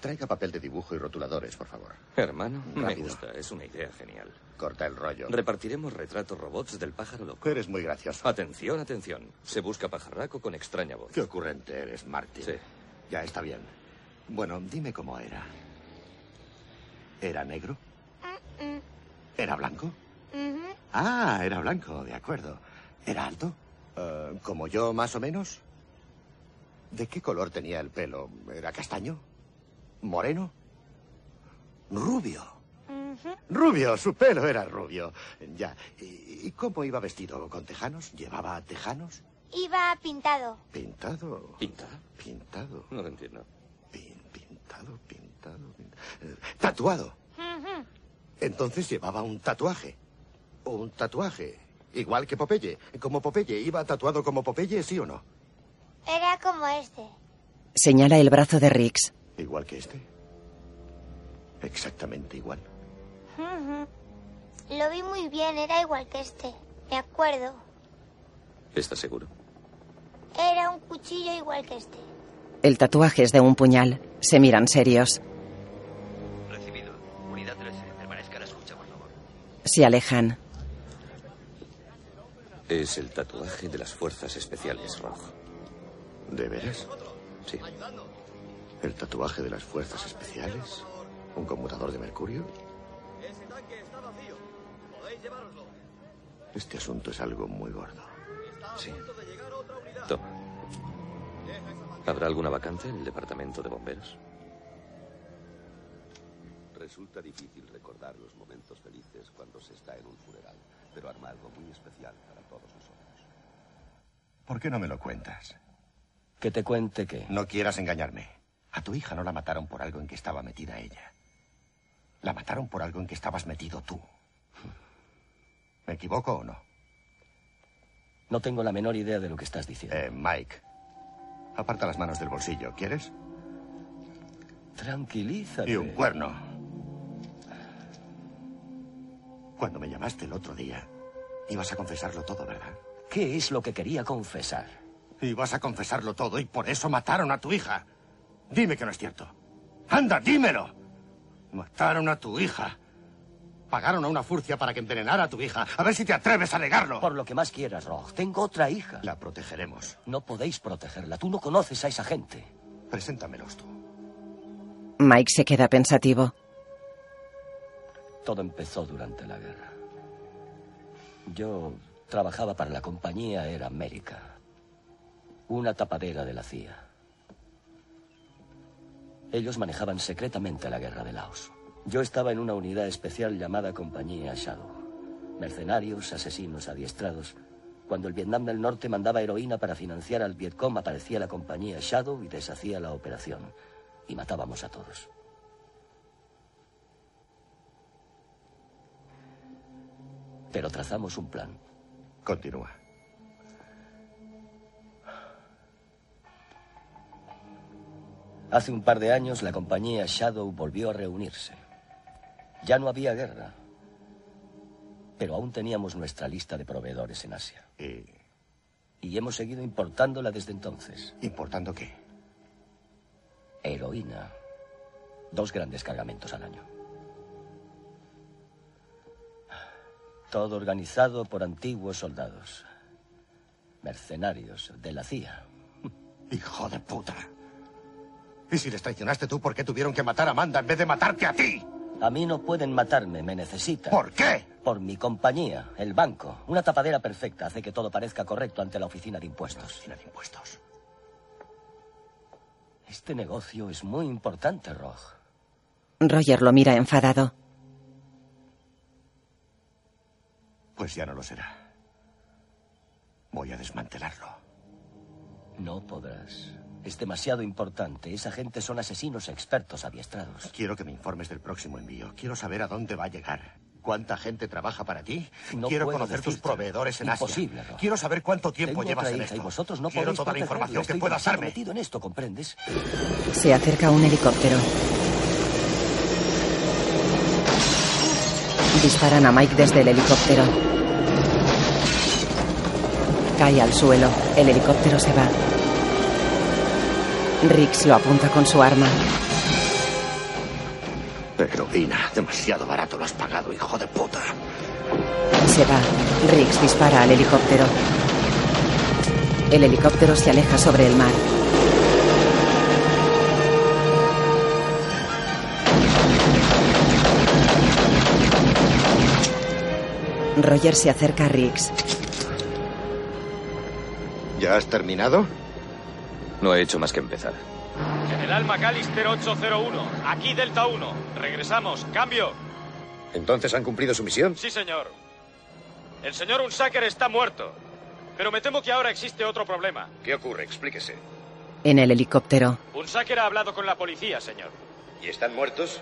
Speaker 4: Traiga papel de dibujo y rotuladores, por favor.
Speaker 9: Hermano, me
Speaker 4: Rápido.
Speaker 9: gusta, es una idea genial.
Speaker 4: Corta el rollo.
Speaker 9: Repartiremos retratos robots del pájaro loco.
Speaker 4: Eres muy gracioso.
Speaker 9: Atención, atención. Se busca pajarraco con extraña voz.
Speaker 4: Qué ocurrente eres, Marty.
Speaker 9: Sí.
Speaker 4: Ya está bien. Bueno, dime cómo era. ¿Era negro? ¿Era blanco? Ah, era blanco, de acuerdo. ¿Era alto? Eh, ¿Como yo, más o menos? ¿De qué color tenía el pelo? ¿Era castaño? ¿Moreno? Rubio. Rubio, su pelo era rubio. Ya. ¿Y y cómo iba vestido? ¿Con tejanos? ¿Llevaba tejanos?
Speaker 3: Iba pintado.
Speaker 4: ¿Pintado?
Speaker 9: ¿Pintada?
Speaker 4: Pintado.
Speaker 9: No lo entiendo.
Speaker 4: Pin- pintado, pintado, pin- eh, Tatuado. Entonces llevaba un tatuaje. O un tatuaje. Igual que Popeye. Como Popeye. ¿Iba tatuado como Popeye, sí o no?
Speaker 3: Era como este.
Speaker 1: Señala el brazo de Riggs.
Speaker 9: Igual que este. Exactamente igual.
Speaker 3: Ujú. Lo vi muy bien, era igual que este. Me acuerdo.
Speaker 33: ¿Estás seguro?
Speaker 3: Era un cuchillo igual que este.
Speaker 1: El tatuaje es de un puñal. Se miran serios.
Speaker 34: Recibido. Unidad 13, permanezca a la escucha, por favor.
Speaker 1: Se alejan.
Speaker 33: Es el tatuaje de las fuerzas especiales, Rojo.
Speaker 9: ¿De veras?
Speaker 33: Sí.
Speaker 9: ¿El tatuaje de las fuerzas especiales? ¿Un conmutador de mercurio?
Speaker 35: Ese tanque está vacío. Podéis llevároslo.
Speaker 9: Este asunto es algo muy gordo.
Speaker 33: Sí. Toma. ¿Habrá alguna vacante en el departamento de bomberos?
Speaker 36: Resulta difícil recordar los momentos felices cuando se está en un funeral, pero arma algo muy especial para todos nosotros.
Speaker 9: ¿Por qué no me lo cuentas?
Speaker 5: Que te cuente que...
Speaker 9: No quieras engañarme. A tu hija no la mataron por algo en que estaba metida ella. La mataron por algo en que estabas metido tú. ¿Me equivoco o no?
Speaker 5: No tengo la menor idea de lo que estás diciendo.
Speaker 9: Eh, Mike, aparta las manos del bolsillo, ¿quieres?
Speaker 5: Tranquilízate.
Speaker 9: Y un cuerno. Cuando me llamaste el otro día, ibas a confesarlo todo, ¿verdad?
Speaker 5: ¿Qué es lo que quería confesar?
Speaker 9: Ibas a confesarlo todo y por eso mataron a tu hija. Dime que no es cierto. Anda, dímelo. Mataron a tu hija. Pagaron a una furcia para que envenenara a tu hija. A ver si te atreves a negarlo.
Speaker 5: Por lo que más quieras, Rog. Tengo otra hija.
Speaker 9: La protegeremos.
Speaker 5: No podéis protegerla. Tú no conoces a esa gente.
Speaker 9: Preséntamelos tú.
Speaker 1: Mike se queda pensativo.
Speaker 5: Todo empezó durante la guerra. Yo trabajaba para la compañía Air América, una tapadera de la CIA. Ellos manejaban secretamente la guerra de Laos. Yo estaba en una unidad especial llamada Compañía Shadow. Mercenarios, asesinos adiestrados. Cuando el Vietnam del Norte mandaba heroína para financiar al Vietcong, aparecía la compañía Shadow y deshacía la operación. Y matábamos a todos. Pero trazamos un plan.
Speaker 9: Continúa.
Speaker 5: Hace un par de años la compañía Shadow volvió a reunirse. Ya no había guerra, pero aún teníamos nuestra lista de proveedores en Asia.
Speaker 9: Y...
Speaker 5: hemos seguido importándola desde entonces.
Speaker 9: ¿Importando qué?
Speaker 5: Heroína. Dos grandes cargamentos al año. Todo organizado por antiguos soldados. Mercenarios de la CIA.
Speaker 9: [laughs] Hijo de puta. ¿Y si les traicionaste tú, por qué tuvieron que matar a Amanda en vez de matarte a ti?
Speaker 5: A mí no pueden matarme, me necesitan.
Speaker 9: ¿Por qué?
Speaker 5: Por mi compañía, el banco. Una tapadera perfecta hace que todo parezca correcto ante la oficina de impuestos. oficina
Speaker 9: de impuestos.
Speaker 5: Este negocio es muy importante, Rog.
Speaker 1: Roger lo mira enfadado.
Speaker 9: Pues ya no lo será. Voy a desmantelarlo.
Speaker 5: No podrás. Es demasiado importante. Esa gente son asesinos expertos adiestrados.
Speaker 9: Quiero que me informes del próximo envío. Quiero saber a dónde va a llegar. ¿Cuánta gente trabaja para ti?
Speaker 5: No
Speaker 9: Quiero
Speaker 5: puedo
Speaker 9: conocer tus
Speaker 5: decirte.
Speaker 9: proveedores en
Speaker 5: Imposible,
Speaker 9: Asia.
Speaker 5: Rob.
Speaker 9: Quiero saber cuánto tiempo
Speaker 5: Tengo
Speaker 9: llevas
Speaker 5: otra
Speaker 9: en
Speaker 5: hija
Speaker 9: esto.
Speaker 5: y vosotros no
Speaker 9: Quiero
Speaker 5: podéis
Speaker 9: toda la
Speaker 5: protegerla.
Speaker 9: información que
Speaker 5: Estoy
Speaker 9: puedas
Speaker 5: demasiado
Speaker 9: darme.
Speaker 5: metido en esto, ¿comprendes?
Speaker 1: Se acerca un helicóptero. Disparan a Mike desde el helicóptero. Cae al suelo. El helicóptero se va. Riggs lo apunta con su arma.
Speaker 9: Heroína, demasiado barato lo has pagado, hijo de puta.
Speaker 1: Se va. Riggs dispara al helicóptero. El helicóptero se aleja sobre el mar. Roger se acerca a Riggs.
Speaker 9: ¿Ya has terminado?
Speaker 33: No he hecho más que empezar.
Speaker 14: General McAllister 801, aquí Delta 1. Regresamos, cambio.
Speaker 37: ¿Entonces han cumplido su misión?
Speaker 14: Sí, señor. El señor Unsacker está muerto. Pero me temo que ahora existe otro problema.
Speaker 37: ¿Qué ocurre? Explíquese.
Speaker 1: En el helicóptero.
Speaker 14: Unsacker ha hablado con la policía, señor.
Speaker 37: ¿Y están muertos?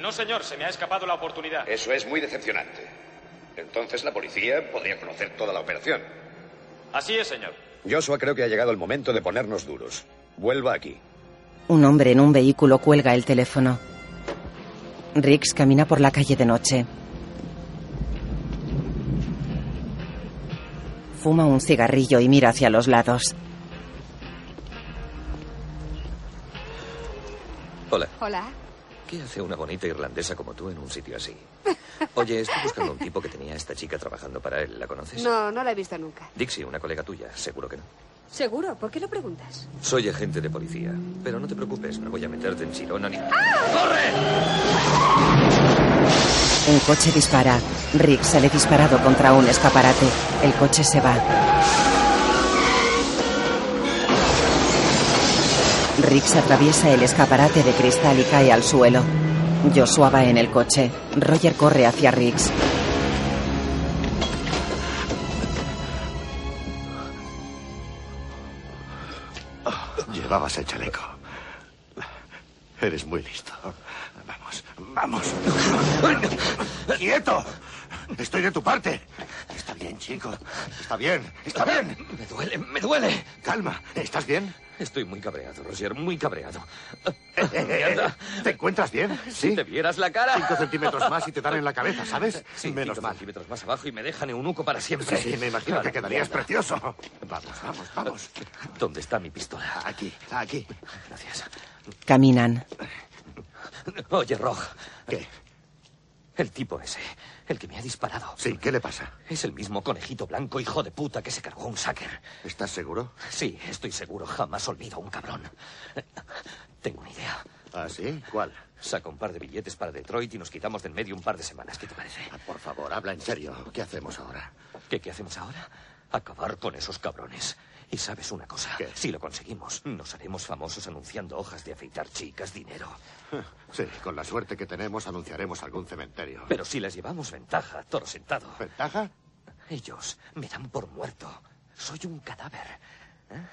Speaker 14: No, señor, se me ha escapado la oportunidad.
Speaker 37: Eso es muy decepcionante. Entonces la policía podría conocer toda la operación.
Speaker 14: Así es, señor.
Speaker 38: Joshua, creo que ha llegado el momento de ponernos duros. Vuelva aquí.
Speaker 1: Un hombre en un vehículo cuelga el teléfono. Riggs camina por la calle de noche. Fuma un cigarrillo y mira hacia los lados.
Speaker 9: Hola.
Speaker 17: Hola.
Speaker 9: ¿Qué hace una bonita irlandesa como tú en un sitio así? Oye, estoy buscando un tipo que tenía a esta chica trabajando para él. ¿La conoces?
Speaker 17: No, no la he visto nunca.
Speaker 9: Dixie, una colega tuya. Seguro que no.
Speaker 17: ¿Seguro? ¿Por qué lo preguntas?
Speaker 9: Soy agente de policía. Pero no te preocupes, no voy a meterte en chirona ni...
Speaker 1: Un coche dispara. Rick sale disparado contra un escaparate. El coche se va. Rick atraviesa el escaparate de cristal y cae al suelo. Joshua va en el coche. Roger corre hacia Riggs.
Speaker 39: Llevabas el chaleco. Eres muy listo. Vamos, vamos. ¡Quieto! Estoy de tu parte. Está bien, chico. Está bien, está bien.
Speaker 9: Ah, Me duele, me duele.
Speaker 39: Calma, ¿estás bien? Eh,
Speaker 9: Estoy muy cabreado, Roger, muy cabreado.
Speaker 39: ¿Te encuentras bien?
Speaker 9: Si te vieras la cara.
Speaker 39: Cinco centímetros más y te dan en la cabeza, ¿sabes?
Speaker 9: Sí,
Speaker 39: Menos
Speaker 9: cinco
Speaker 39: mal.
Speaker 9: centímetros más abajo y me dejan eunuco para siempre.
Speaker 39: Sí, me imagino que quedarías
Speaker 9: Mierda.
Speaker 39: precioso. Vamos, vamos, vamos.
Speaker 9: ¿Dónde está mi pistola?
Speaker 39: Aquí, aquí.
Speaker 9: Gracias.
Speaker 1: Caminan.
Speaker 9: [laughs] Oye, Rog.
Speaker 39: ¿Qué?
Speaker 9: El tipo ese, el que me ha disparado.
Speaker 39: Sí, ¿qué le pasa?
Speaker 9: Es el mismo conejito blanco, hijo de puta, que se cargó un sacker.
Speaker 39: ¿Estás seguro?
Speaker 9: Sí, estoy seguro. Jamás olvido a un cabrón. Tengo una idea.
Speaker 39: ¿Ah, sí? ¿Cuál?
Speaker 9: Saca un par de billetes para Detroit y nos quitamos del medio un par de semanas. ¿Qué te parece?
Speaker 39: Ah, Por favor, habla en serio. ¿Qué hacemos ahora?
Speaker 9: ¿Qué, qué hacemos ahora? Acabar con esos cabrones. Y sabes una cosa, si lo conseguimos, nos haremos famosos anunciando hojas de afeitar chicas, dinero.
Speaker 39: Sí, con la suerte que tenemos anunciaremos algún cementerio.
Speaker 9: Pero si les llevamos ventaja, toro sentado.
Speaker 39: ¿Ventaja?
Speaker 9: Ellos me dan por muerto. Soy un cadáver. ¿Eh?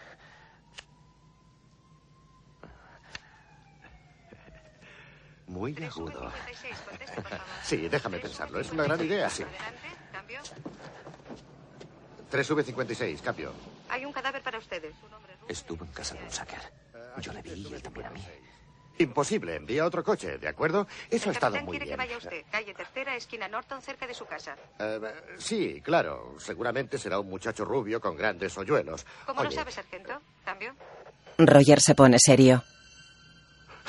Speaker 39: Muy agudo. [laughs] Sí, déjame pensarlo. Es una gran idea, sí.
Speaker 6: Cambio.
Speaker 39: 3V56, cambio.
Speaker 6: Hay un cadáver para ustedes.
Speaker 9: Estuvo en casa de un sacker. Yo le vi y él también a mí.
Speaker 39: Imposible, envía otro coche, ¿de acuerdo? Eso ha estado muy
Speaker 6: quiere
Speaker 39: bien.
Speaker 6: que vaya usted. Calle Tercera, esquina Norton, cerca de su casa.
Speaker 39: Eh, sí, claro. Seguramente será un muchacho rubio con grandes hoyuelos.
Speaker 6: ¿Cómo lo
Speaker 39: Oye,
Speaker 6: sabe, sargento? ¿Cambio?
Speaker 1: Roger se pone serio.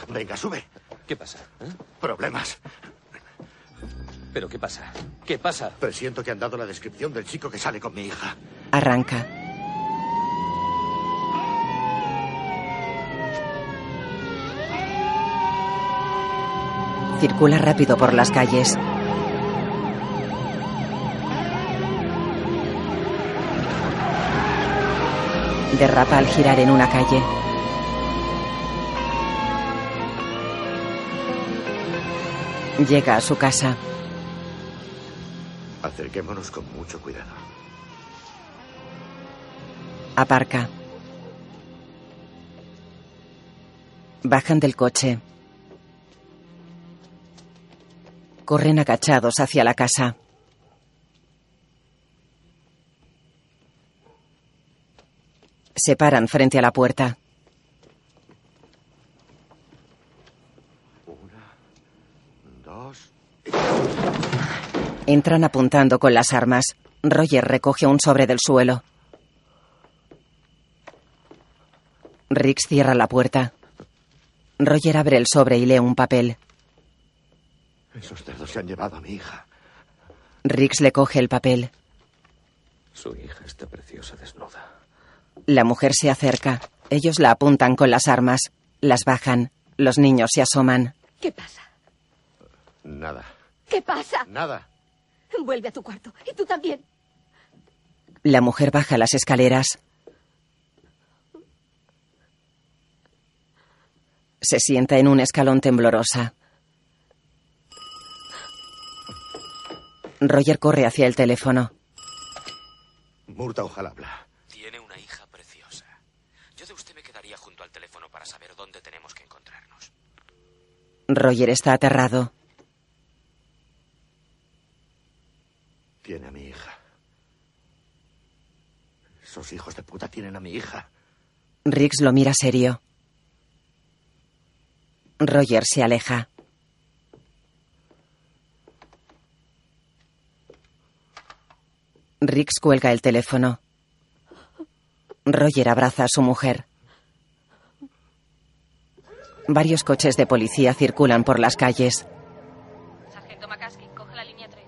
Speaker 39: Venga, sube.
Speaker 9: ¿Qué pasa? ¿Eh?
Speaker 39: Problemas.
Speaker 9: ¿Pero qué pasa? ¿Qué pasa?
Speaker 39: Presiento que han dado la descripción del chico que sale con mi hija.
Speaker 1: Arranca. Circula rápido por las calles. Derrapa al girar en una calle. Llega a su casa.
Speaker 39: Acerquémonos con mucho cuidado.
Speaker 1: Aparca. Bajan del coche. Corren agachados hacia la casa. Se paran frente a la puerta.
Speaker 39: Dos.
Speaker 1: Entran apuntando con las armas. Roger recoge un sobre del suelo. Riggs cierra la puerta. Roger abre el sobre y lee un papel.
Speaker 39: Esos cerdos se han llevado a mi hija.
Speaker 1: Riggs le coge el papel.
Speaker 9: Su hija está preciosa desnuda.
Speaker 1: La mujer se acerca. Ellos la apuntan con las armas. Las bajan. Los niños se asoman.
Speaker 17: ¿Qué pasa?
Speaker 39: Nada.
Speaker 17: ¿Qué pasa?
Speaker 39: Nada.
Speaker 17: Vuelve a tu cuarto. Y tú también.
Speaker 1: La mujer baja las escaleras. Se sienta en un escalón temblorosa. Roger corre hacia el teléfono.
Speaker 39: Murta, ojalá habla.
Speaker 20: Tiene una hija preciosa. Yo de usted me quedaría junto al teléfono para saber dónde tenemos que encontrarnos.
Speaker 1: Roger está aterrado.
Speaker 39: Tiene a mi hija.
Speaker 40: Esos hijos de puta tienen a mi hija.
Speaker 1: Riggs lo mira serio. Roger se aleja. Riggs cuelga el teléfono. Roger abraza a su mujer. Varios coches de policía circulan por las calles.
Speaker 2: Sargento McCaskey, coge la línea 3.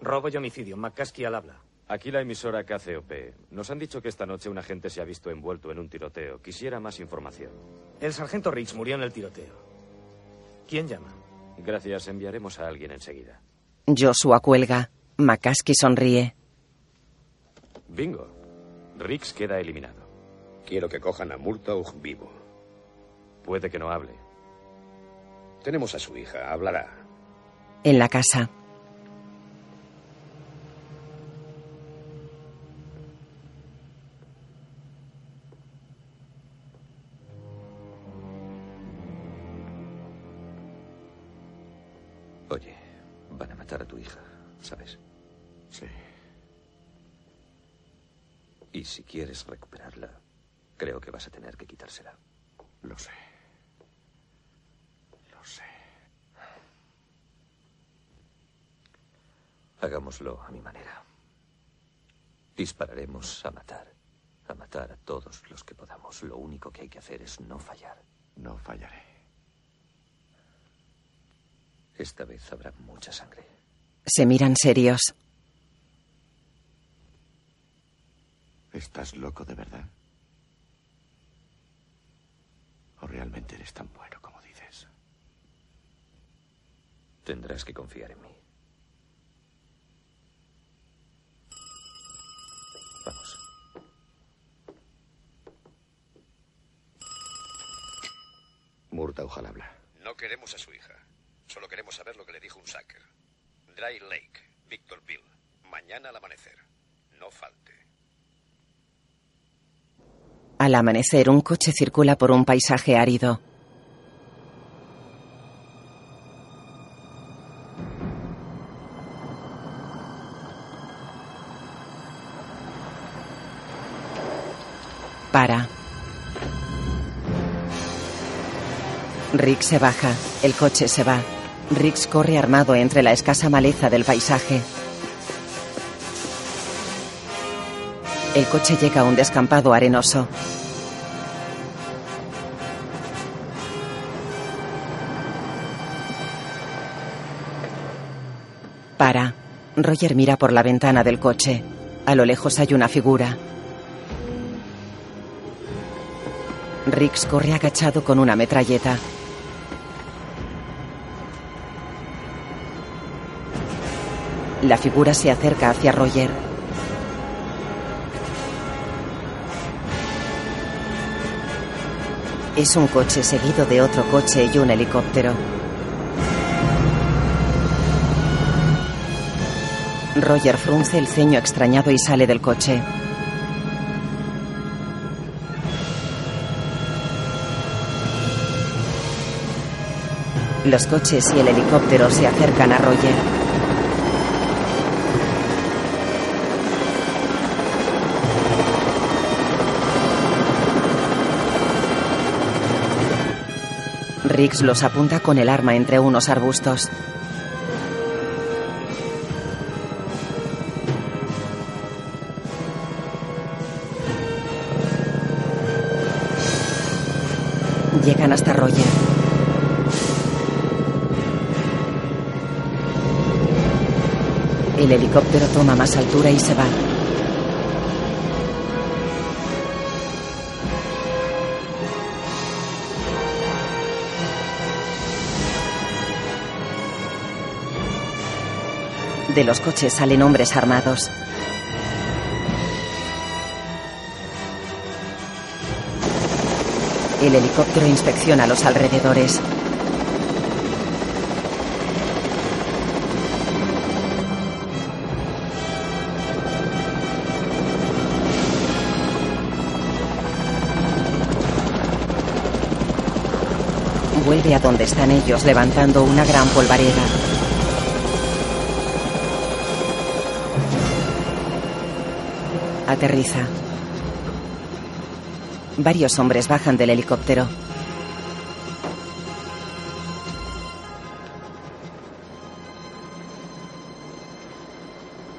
Speaker 41: Robo y homicidio. McCaskey al habla.
Speaker 9: Aquí la emisora KCOP. Nos han dicho que esta noche un agente se ha visto envuelto en un tiroteo. Quisiera más información.
Speaker 41: El sargento Riggs murió en el tiroteo. ¿Quién llama?
Speaker 9: Gracias, enviaremos a alguien enseguida.
Speaker 1: Joshua cuelga. McCaskey sonríe.
Speaker 9: Bingo. Riggs queda eliminado.
Speaker 42: Quiero que cojan a Murtaugh vivo.
Speaker 9: Puede que no hable.
Speaker 42: Tenemos a su hija, hablará.
Speaker 1: En la casa,
Speaker 9: Oye, van a matar a tu hija, ¿sabes?
Speaker 43: Sí.
Speaker 9: Y si quieres recuperarla, creo que vas a tener que quitársela.
Speaker 43: Lo sé. Lo sé.
Speaker 9: Hagámoslo a mi manera. Dispararemos a matar. A matar a todos los que podamos. Lo único que hay que hacer es no fallar.
Speaker 43: No fallaré.
Speaker 9: Esta vez habrá mucha sangre.
Speaker 1: se miran serios.
Speaker 43: ¿Estás loco de verdad? ¿O realmente eres tan bueno como dices?
Speaker 9: Tendrás que confiar en mí. Vamos.
Speaker 43: Murta, ojalá habla.
Speaker 42: No queremos a su hija. Solo queremos saber lo que le dijo un sacker. Dry Lake, Victorville. Mañana al amanecer. No falte.
Speaker 1: Al amanecer, un coche circula por un paisaje árido. Para. Rick se baja. El coche se va. Rick corre armado entre la escasa maleza del paisaje. El coche llega a un descampado arenoso. Para. Roger mira por la ventana del coche. A lo lejos hay una figura. Riggs corre agachado con una metralleta. La figura se acerca hacia Roger. Es un coche seguido de otro coche y un helicóptero. Roger frunce el ceño extrañado y sale del coche. Los coches y el helicóptero se acercan a Roger. Riggs los apunta con el arma entre unos arbustos. Llegan hasta Roger. El helicóptero toma más altura y se va. De los coches salen hombres armados. El helicóptero inspecciona los alrededores. Vuelve a donde están ellos levantando una gran polvareda. Aterriza. Varios hombres bajan del helicóptero.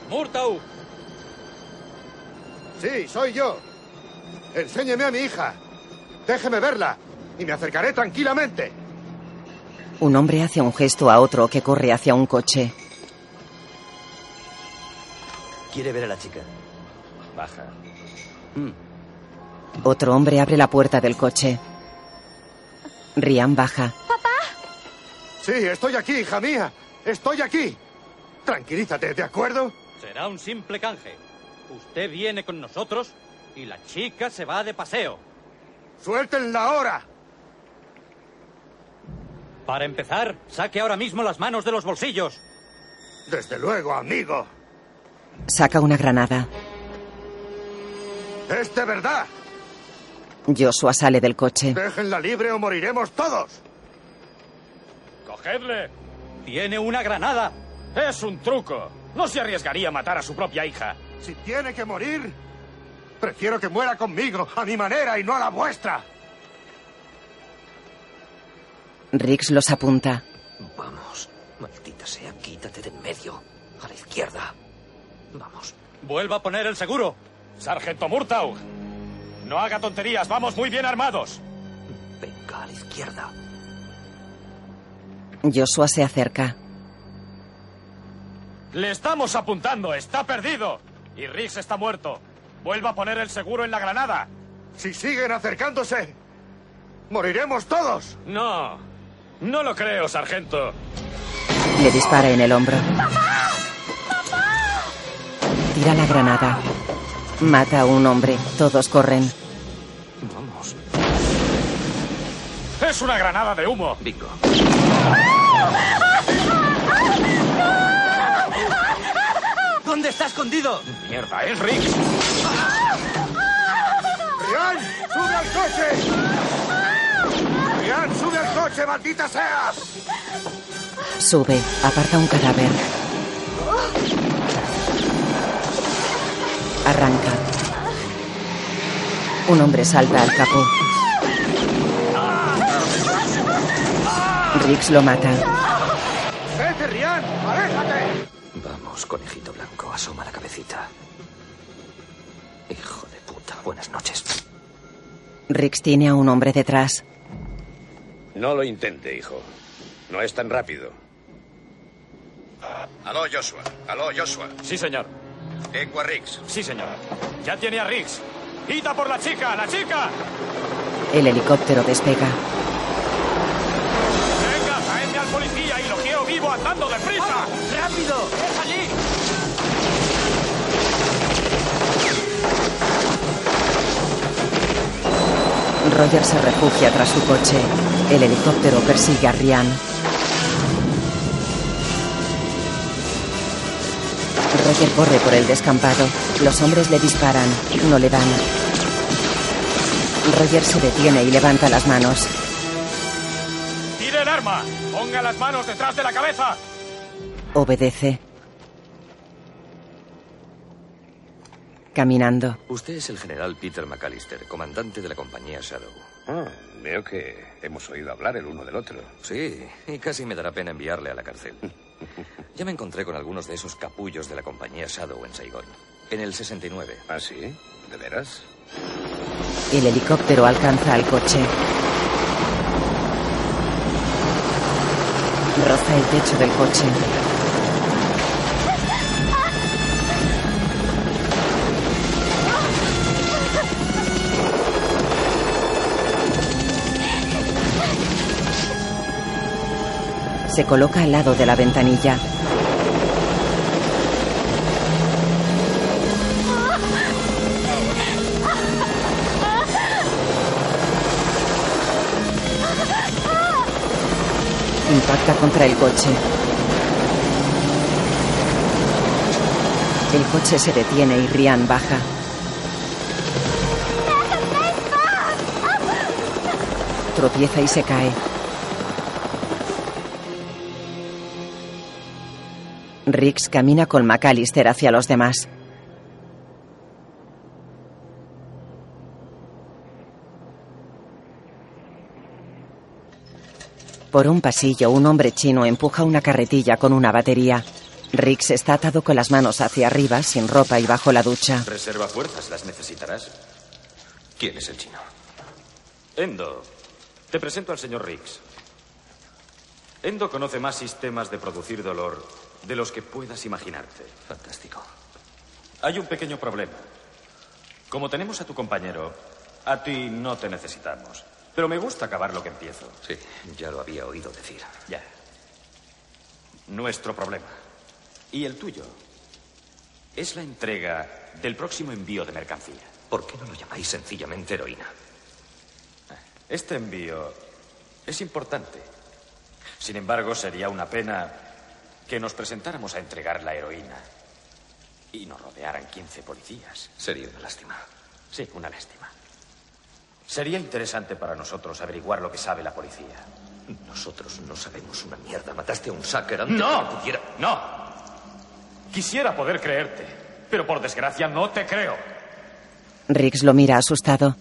Speaker 15: ¡Murtaugh!
Speaker 4: Sí, soy yo. Enséñeme a mi hija. Déjeme verla y me acercaré tranquilamente.
Speaker 1: Un hombre hace un gesto a otro que corre hacia un coche.
Speaker 44: Quiere ver a la chica.
Speaker 14: Baja.
Speaker 1: Otro hombre abre la puerta del coche. Rian baja.
Speaker 4: Sí, estoy aquí, hija mía. Estoy aquí. Tranquilízate, ¿de acuerdo?
Speaker 15: Será un simple canje. Usted viene con nosotros y la chica se va de paseo.
Speaker 4: ¡Suéltenla ahora!
Speaker 15: Para empezar, saque ahora mismo las manos de los bolsillos.
Speaker 4: Desde luego, amigo.
Speaker 1: Saca una granada.
Speaker 4: Es de verdad.
Speaker 1: Joshua sale del coche.
Speaker 4: Déjenla libre o moriremos todos.
Speaker 45: ¡Cogedle!
Speaker 15: ¡Tiene una granada!
Speaker 45: ¡Es un truco! No se arriesgaría a matar a su propia hija.
Speaker 4: Si tiene que morir, prefiero que muera conmigo, a mi manera y no a la vuestra.
Speaker 1: Riggs los apunta.
Speaker 44: Vamos, maldita sea, quítate de en medio. A la izquierda. Vamos.
Speaker 15: Vuelva a poner el seguro.
Speaker 45: Sargento Murtaugh. No haga tonterías, vamos muy bien armados.
Speaker 44: Venga, a la izquierda.
Speaker 1: Joshua se acerca.
Speaker 45: Le estamos apuntando, está perdido. Y Riggs está muerto. Vuelva a poner el seguro en la granada.
Speaker 4: Si siguen acercándose, moriremos todos.
Speaker 45: No, no lo creo, sargento.
Speaker 1: Le dispara en el hombro. Tira la granada. Mata a un hombre. Todos corren.
Speaker 44: Vamos.
Speaker 45: Es una granada de humo.
Speaker 44: Bingo.
Speaker 15: ¿Dónde está escondido?
Speaker 45: Mierda, es Riggs.
Speaker 4: ¡Rian! ¡Sube al coche! ¡Rian, sube al coche, maldita sea!
Speaker 1: Sube. Aparta un cadáver. Arranca. Un hombre salta al capó. Riggs lo mata.
Speaker 4: ¡Vete, Rian! ¡Aléjate!
Speaker 44: Vamos, conejito blanco, asoma la cabecita. Hijo de puta, buenas noches.
Speaker 1: Riggs tiene a un hombre detrás.
Speaker 38: No lo intente, hijo. No es tan rápido. Aló, Joshua. Aló, Joshua.
Speaker 45: Sí, señor.
Speaker 38: Tengo a Riggs.
Speaker 45: Sí, señora. Ya tiene a Riggs. ¡Quita por la chica! ¡La chica!
Speaker 1: El helicóptero despega.
Speaker 45: ¡Venga, traedme al policía y lo quiero vivo andando deprisa!
Speaker 15: ¡Rápido! ¡Es allí!
Speaker 1: Roger se refugia tras su coche. El helicóptero persigue a Rian. Roger corre por el descampado. Los hombres le disparan. No le dan. Roger se detiene y levanta las manos.
Speaker 45: ¡Tire el arma! ¡Ponga las manos detrás de la cabeza!
Speaker 1: Obedece. Caminando.
Speaker 9: Usted es el general Peter McAllister, comandante de la compañía Shadow.
Speaker 38: Ah, veo que hemos oído hablar el uno del otro.
Speaker 9: Sí, y casi me dará pena enviarle a
Speaker 38: [laughs]
Speaker 9: la cárcel. Ya me encontré con algunos de esos capullos de la compañía Shadow en Saigón. En el 69.
Speaker 38: ¿Ah, sí? ¿De veras?
Speaker 1: El helicóptero alcanza al coche. Roza el techo del coche. Se coloca al lado de la ventanilla. Impacta contra el coche. El coche se detiene y Rian baja. Tropieza y se cae. Riggs camina con McAllister hacia los demás. Por un pasillo, un hombre chino empuja una carretilla con una batería. Rix está atado con las manos hacia arriba, sin ropa y bajo la ducha.
Speaker 46: Reserva fuerzas, las necesitarás. ¿Quién es el chino?
Speaker 9: Endo, te presento al señor Riggs. Endo conoce más sistemas de producir dolor de los que puedas imaginarte.
Speaker 46: Fantástico.
Speaker 9: Hay un pequeño problema. Como tenemos a tu compañero, a ti no te necesitamos. Pero me gusta acabar lo que empiezo.
Speaker 46: Sí, ya lo había oído decir.
Speaker 9: Ya. Nuestro problema. Y el tuyo. Es la entrega del próximo envío de mercancía.
Speaker 46: ¿Por qué no lo llamáis sencillamente heroína?
Speaker 9: Este envío es importante. Sin embargo, sería una pena que nos presentáramos a entregar la heroína y nos rodearan 15 policías.
Speaker 46: Sería una lástima.
Speaker 9: Sí, una lástima. Sería interesante para nosotros averiguar lo que sabe la policía.
Speaker 46: Nosotros no sabemos una mierda. Mataste a un sacker antes
Speaker 9: ¡No!
Speaker 46: de que pudiera.
Speaker 9: ¡No! Quisiera poder creerte, pero por desgracia no te creo.
Speaker 1: Rix lo mira asustado.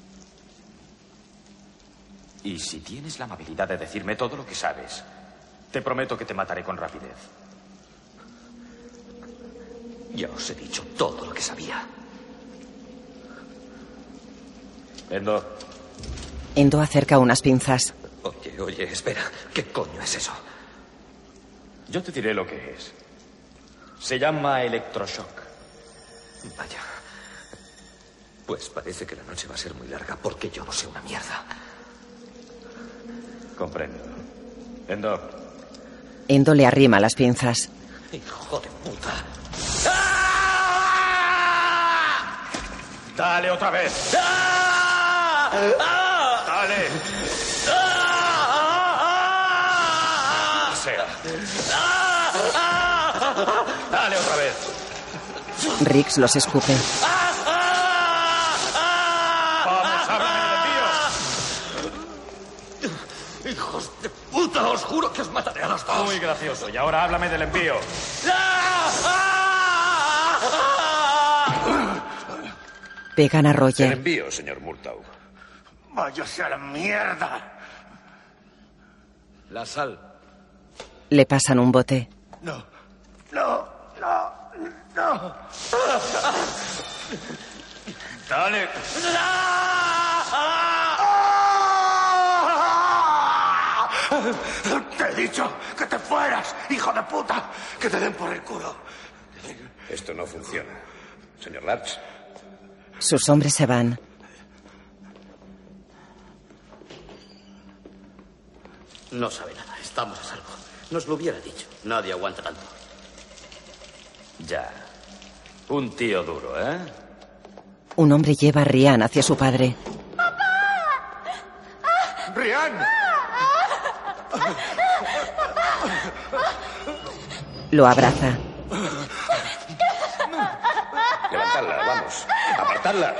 Speaker 9: Y si tienes la amabilidad de decirme todo lo que sabes, te prometo que te mataré con rapidez.
Speaker 46: Ya os he dicho todo lo que sabía.
Speaker 9: Endo,
Speaker 1: Endo acerca unas pinzas.
Speaker 46: Oye, oye, espera. ¿Qué coño es eso?
Speaker 9: yo te diré lo que es. Se llama electroshock.
Speaker 46: Vaya. Pues parece que la noche va a ser muy larga porque yo no sé una mierda.
Speaker 9: Comprendo. Endo,
Speaker 1: Endo le arrima las pinzas.
Speaker 46: Hijo de puta.
Speaker 9: dale otra vez.
Speaker 4: ¡Ah!
Speaker 9: Dale.
Speaker 4: ¡Ah!
Speaker 9: Sea. Dale otra vez.
Speaker 1: Rix los escupe.
Speaker 4: ¡Ah!
Speaker 9: Vamos, háblame
Speaker 46: ¡Hijos de puta! ¡Os juro que os mataré a los
Speaker 9: del envío.
Speaker 46: dos!
Speaker 9: Muy gracioso. Y ahora háblame del envío.
Speaker 1: Pegan a Roger.
Speaker 14: envío, señor Murtaugh.
Speaker 4: Váyase a la mierda.
Speaker 14: La sal.
Speaker 1: Le pasan un bote.
Speaker 4: No, no, no, no.
Speaker 9: Dale.
Speaker 4: Te he dicho que te fueras, hijo de puta. Que te den por el culo.
Speaker 14: Esto no funciona. Señor Larch,
Speaker 1: Sus hombres se van.
Speaker 47: No sabe nada. Estamos a salvo. Nos lo hubiera dicho. Nadie aguanta tanto.
Speaker 9: Ya. Un tío duro, ¿eh?
Speaker 1: Un hombre lleva a Rian hacia su padre.
Speaker 4: ¡Rian! ¡Ah!
Speaker 1: Lo abraza.
Speaker 14: levantadla, vamos. Apartadla.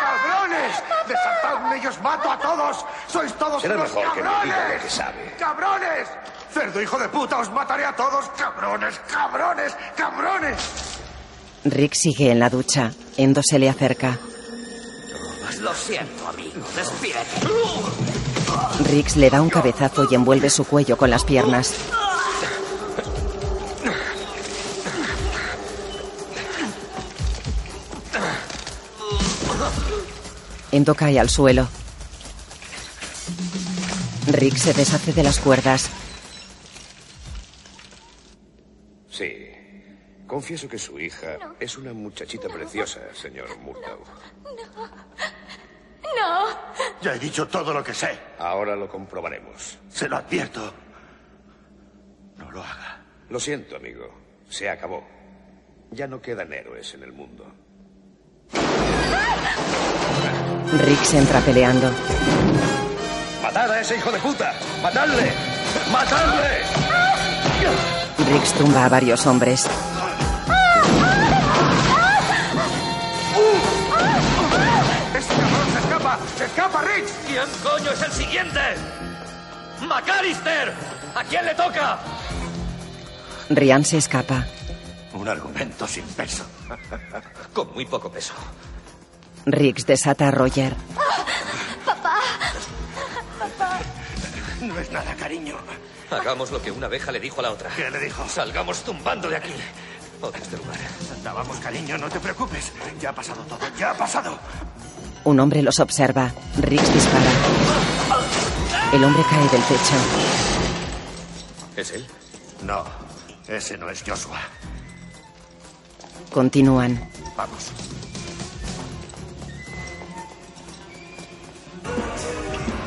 Speaker 4: ¡Cabrones! ¡Desatadme y os mato a todos! ¡Sois todos
Speaker 14: Será
Speaker 4: unos
Speaker 14: mejor que me diga lo
Speaker 4: cabrones!
Speaker 14: que sabe.
Speaker 4: ¡Cabrones! ¡Cerdo, hijo de puta! ¡Os mataré a todos! ¡Cabrones! ¡Cabrones! ¡Cabrones!
Speaker 1: Rick sigue en la ducha. Endo se le acerca.
Speaker 20: Pues Lo siento, amigo. Despídete.
Speaker 1: Rix le da un cabezazo y envuelve su cuello con las piernas. Endo cae al suelo. Rick se deshace de las cuerdas.
Speaker 14: Sí. Confieso que su hija es una muchachita preciosa, señor Murtaugh.
Speaker 3: No.
Speaker 4: Ya he dicho todo lo que sé.
Speaker 14: Ahora lo comprobaremos.
Speaker 4: Se lo advierto. No lo haga.
Speaker 14: Lo siento, amigo. Se acabó. Ya no quedan héroes en el mundo.
Speaker 1: Rix entra peleando.
Speaker 14: ¡Matad a ese hijo de puta! ¡Matadle! ¡Matadle!
Speaker 1: Rix tumba a varios hombres.
Speaker 4: ¡Ese Este cabrón se escapa! ¡Se escapa, Rich!
Speaker 20: ¿Quién coño es el siguiente? ¡Macalister! ¿A quién le toca?
Speaker 1: Rian se escapa.
Speaker 4: Un argumento sin
Speaker 14: [laughs]
Speaker 4: peso.
Speaker 46: Con muy poco peso.
Speaker 1: Rix desata a Roger.
Speaker 3: Papá. Papá.
Speaker 4: No es nada, cariño.
Speaker 9: Hagamos lo que una abeja le dijo a la otra.
Speaker 4: ¿Qué le dijo?
Speaker 9: Salgamos tumbando de aquí. O de este lugar.
Speaker 4: Anda, vamos, cariño, no te preocupes. Ya ha pasado todo, ya ha pasado.
Speaker 1: Un hombre los observa. Riggs dispara. El hombre cae del techo.
Speaker 9: ¿Es él?
Speaker 4: No, ese no es Joshua.
Speaker 1: Continúan.
Speaker 4: Vamos.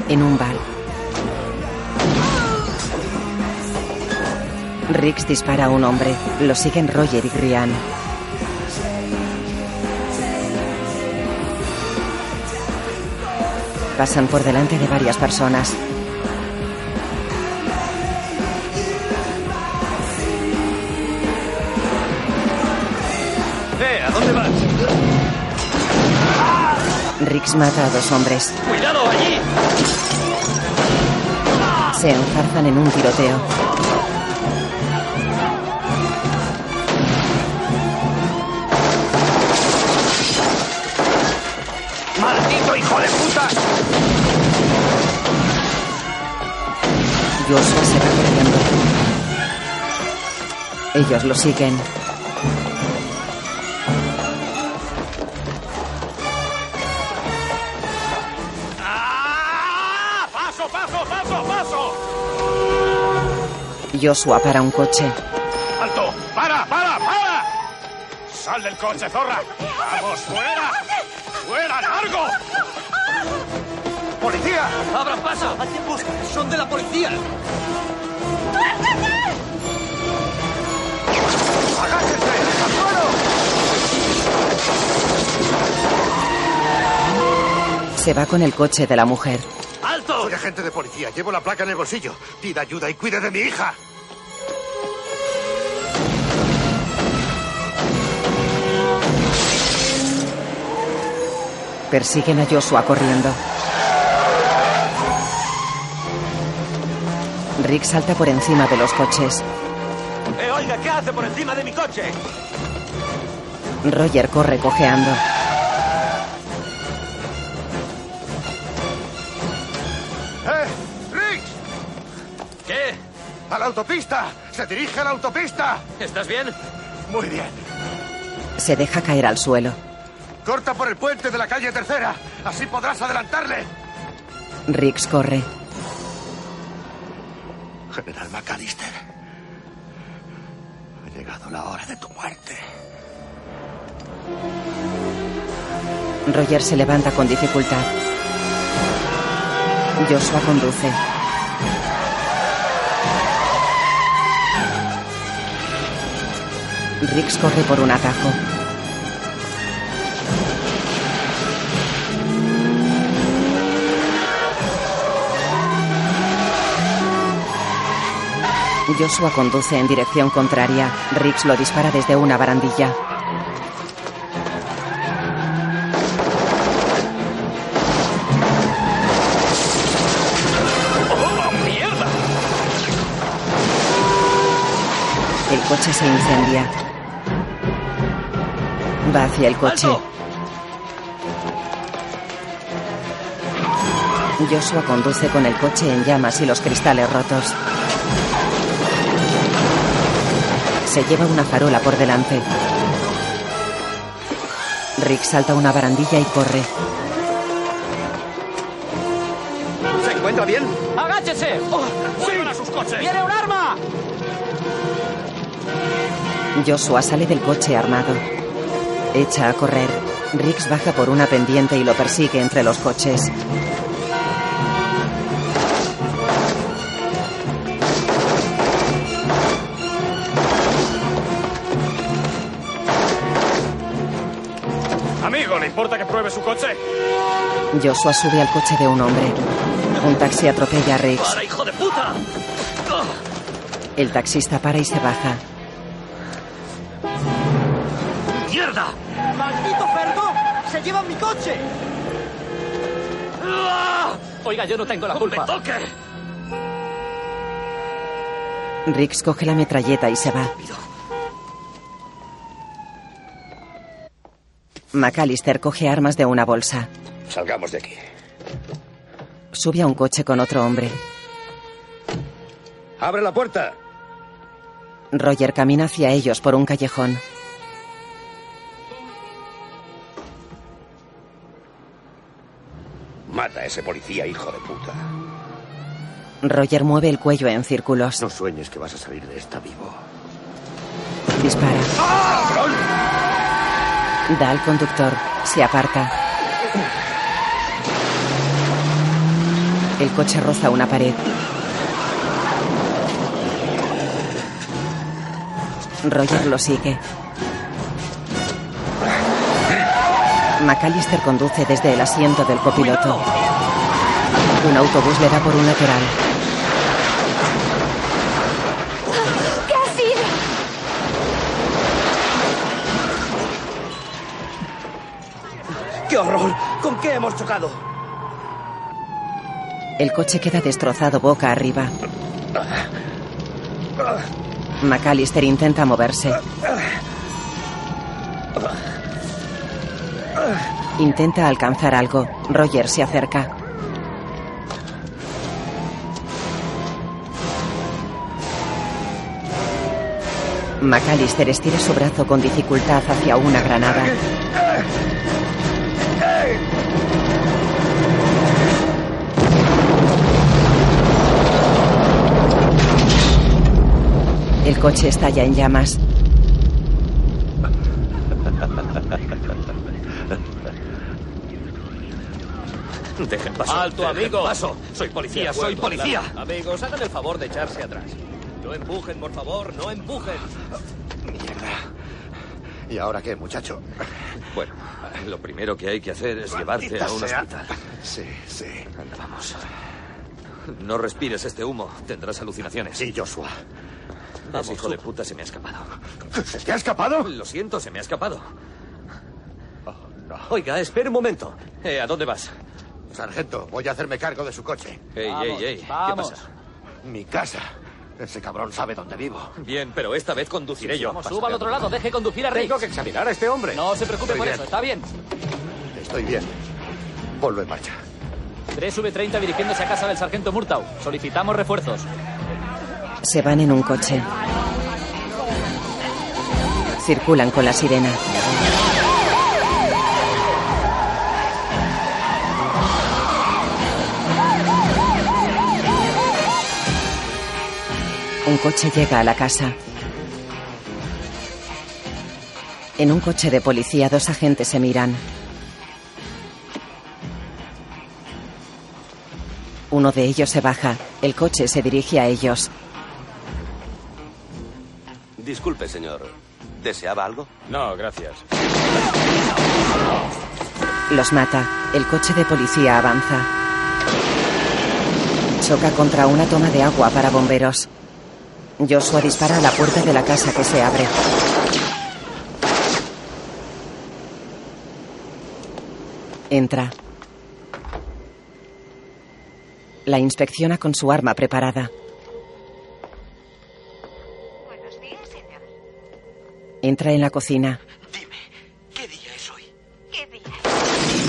Speaker 1: En un bar. Riggs dispara a un hombre. Lo siguen Roger y Grian. Pasan por delante de varias personas.
Speaker 45: ¡Eh! ¿A dónde vas?
Speaker 1: Riggs mata a dos hombres.
Speaker 45: ¡Cuidado allí!
Speaker 1: Se enzarzan en un tiroteo.
Speaker 4: ¡Maldito hijo de puta!
Speaker 1: Joshua se va corriendo. Ellos lo siguen.
Speaker 45: ¡Ah! ¡Paso, paso, paso, paso!
Speaker 1: Joshua para un coche.
Speaker 2: ¡Alto! ¡Para, para, para! ¡Sal del coche, zorra! ¡Vamos, fuera! ¡Fuera, largo!
Speaker 4: ¡Policía!
Speaker 44: ¡Abran paso! ¿A quién buscan? ¡Son de la policía!
Speaker 1: Se va con el coche de la mujer.
Speaker 4: ¡Alto! Soy agente de policía. Llevo la placa en el bolsillo. Pida ayuda y cuide de mi hija.
Speaker 1: Persiguen a Joshua corriendo. Rick salta por encima de los coches.
Speaker 45: ¡Eh, oiga, ¿qué hace por encima de mi coche?
Speaker 1: Roger corre cojeando.
Speaker 4: ¡Eh! ¡Riggs!
Speaker 45: ¿Qué?
Speaker 4: ¡A la autopista! ¡Se dirige a la autopista!
Speaker 45: ¿Estás bien?
Speaker 4: Muy bien.
Speaker 1: Se deja caer al suelo.
Speaker 4: Corta por el puente de la calle tercera. Así podrás adelantarle.
Speaker 1: Riggs corre.
Speaker 4: General McAllister. Ha llegado la hora de tu muerte.
Speaker 1: Roger se levanta con dificultad. Joshua conduce. Riggs corre por un atajo. Joshua conduce en dirección contraria. Riggs lo dispara desde una barandilla.
Speaker 45: ¡Oh, mierda!
Speaker 1: El coche se incendia. Va hacia el coche. Joshua conduce con el coche en llamas y los cristales rotos. Se lleva una farola por delante. Rick salta una barandilla y corre.
Speaker 45: ¿Se encuentra bien?
Speaker 44: ¡Agáchese!
Speaker 45: ¡Vuelvan a sus coches!
Speaker 44: ¡Viene un arma!
Speaker 1: Joshua sale del coche armado. Echa a correr. Riggs baja por una pendiente y lo persigue entre los coches.
Speaker 45: Amigo, ¿le importa que pruebe su coche?
Speaker 1: Joshua sube al coche de un hombre. Un taxi atropella a Riggs.
Speaker 45: ¡Para, hijo de puta! ¡Oh,
Speaker 1: El taxista para y se baja.
Speaker 45: ¡Mierda!
Speaker 44: ¡Maldito cerdo! ¡Se lleva mi coche!
Speaker 45: ¡Ah!
Speaker 44: Oiga, yo no tengo la culpa.
Speaker 45: ¡Me toque!
Speaker 1: Riggs coge la metralleta y se va. McAllister coge armas de una bolsa.
Speaker 38: Salgamos de aquí.
Speaker 1: Sube a un coche con otro hombre.
Speaker 38: ¡Abre la puerta!
Speaker 1: Roger camina hacia ellos por un callejón.
Speaker 38: Mata a ese policía, hijo de puta.
Speaker 1: Roger mueve el cuello en círculos.
Speaker 4: No sueñes que vas a salir de esta vivo.
Speaker 1: Dispara. Da al conductor. Se aparta. El coche roza una pared. Roger lo sigue. McAllister conduce desde el asiento del copiloto. Un autobús le da por un lateral.
Speaker 3: ¿Qué ha sido?
Speaker 44: ¡Qué horror! ¿Con qué hemos chocado?
Speaker 1: El coche queda destrozado boca arriba. McAllister intenta moverse. Intenta alcanzar algo. Roger se acerca. McAllister estira su brazo con dificultad hacia una granada. El coche estalla en llamas.
Speaker 9: Dejen paso.
Speaker 15: ¡Alto,
Speaker 9: dejen
Speaker 15: amigo!
Speaker 9: Paso. Soy policía,
Speaker 15: De
Speaker 9: soy
Speaker 15: acuerdo,
Speaker 9: policía.
Speaker 15: claro. Amigos, hagan el favor de echarse atrás. No empujen, por favor, no empujen.
Speaker 4: ¿Y ahora qué, muchacho?
Speaker 9: Bueno, lo primero que hay que hacer es llevarte
Speaker 4: Maldita
Speaker 9: a un
Speaker 4: sea.
Speaker 9: hospital.
Speaker 4: Sí, sí.
Speaker 9: Anda, vamos. No respires este humo, tendrás alucinaciones. Sí,
Speaker 4: Joshua.
Speaker 9: Vamos, hijo de puta, se me ha escapado.
Speaker 4: ¿Se te ha escapado?
Speaker 9: Lo siento, se me ha escapado.
Speaker 4: no.
Speaker 9: Oiga, espere un momento. Eh, ¿A dónde vas?
Speaker 4: Sargento, voy a hacerme cargo de su coche.
Speaker 9: Ey, ey, ey.
Speaker 4: vamos.
Speaker 9: ¿Qué pasa?
Speaker 4: Mi casa. Ese cabrón sabe dónde vivo.
Speaker 9: Bien, pero esta vez conduciré yo.
Speaker 12: Vamos, suba al otro lado, deje conducir a Rick.
Speaker 4: Tengo que examinar a este hombre.
Speaker 12: No se preocupe
Speaker 4: Estoy
Speaker 12: por
Speaker 4: bien.
Speaker 12: eso, está bien.
Speaker 4: Estoy bien. Ponlo en marcha.
Speaker 12: 3V30 dirigiéndose a casa del sargento Murtaugh. Solicitamos refuerzos.
Speaker 1: Se van en un coche. Circulan con la sirena. Un coche llega a la casa. En un coche de policía dos agentes se miran. Uno de ellos se baja. El coche se dirige a ellos.
Speaker 19: Disculpe, señor. ¿Deseaba algo?
Speaker 14: No, gracias.
Speaker 1: Los mata. El coche de policía avanza. Choca contra una toma de agua para bomberos. Joshua dispara a la puerta de la casa que se abre. Entra. La inspecciona con su arma preparada.
Speaker 3: Buenos días, señor.
Speaker 1: Entra en la cocina.
Speaker 3: ¿Qué día?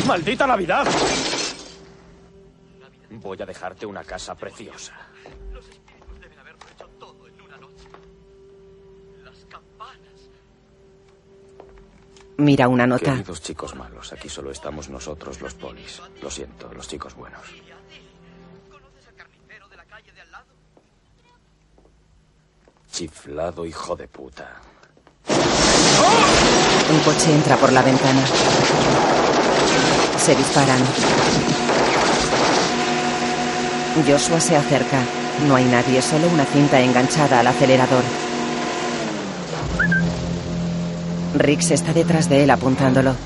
Speaker 14: ¡Maldita Navidad! Voy a dejarte una casa preciosa.
Speaker 1: Mira una nota.
Speaker 14: Queridos chicos malos, aquí solo estamos nosotros los polis. Lo siento, los chicos buenos. Chiflado hijo de puta.
Speaker 1: Un coche entra por la ventana. Se disparan. Joshua se acerca. No hay nadie, solo una cinta enganchada al acelerador. Rix está detrás de él apuntándolo.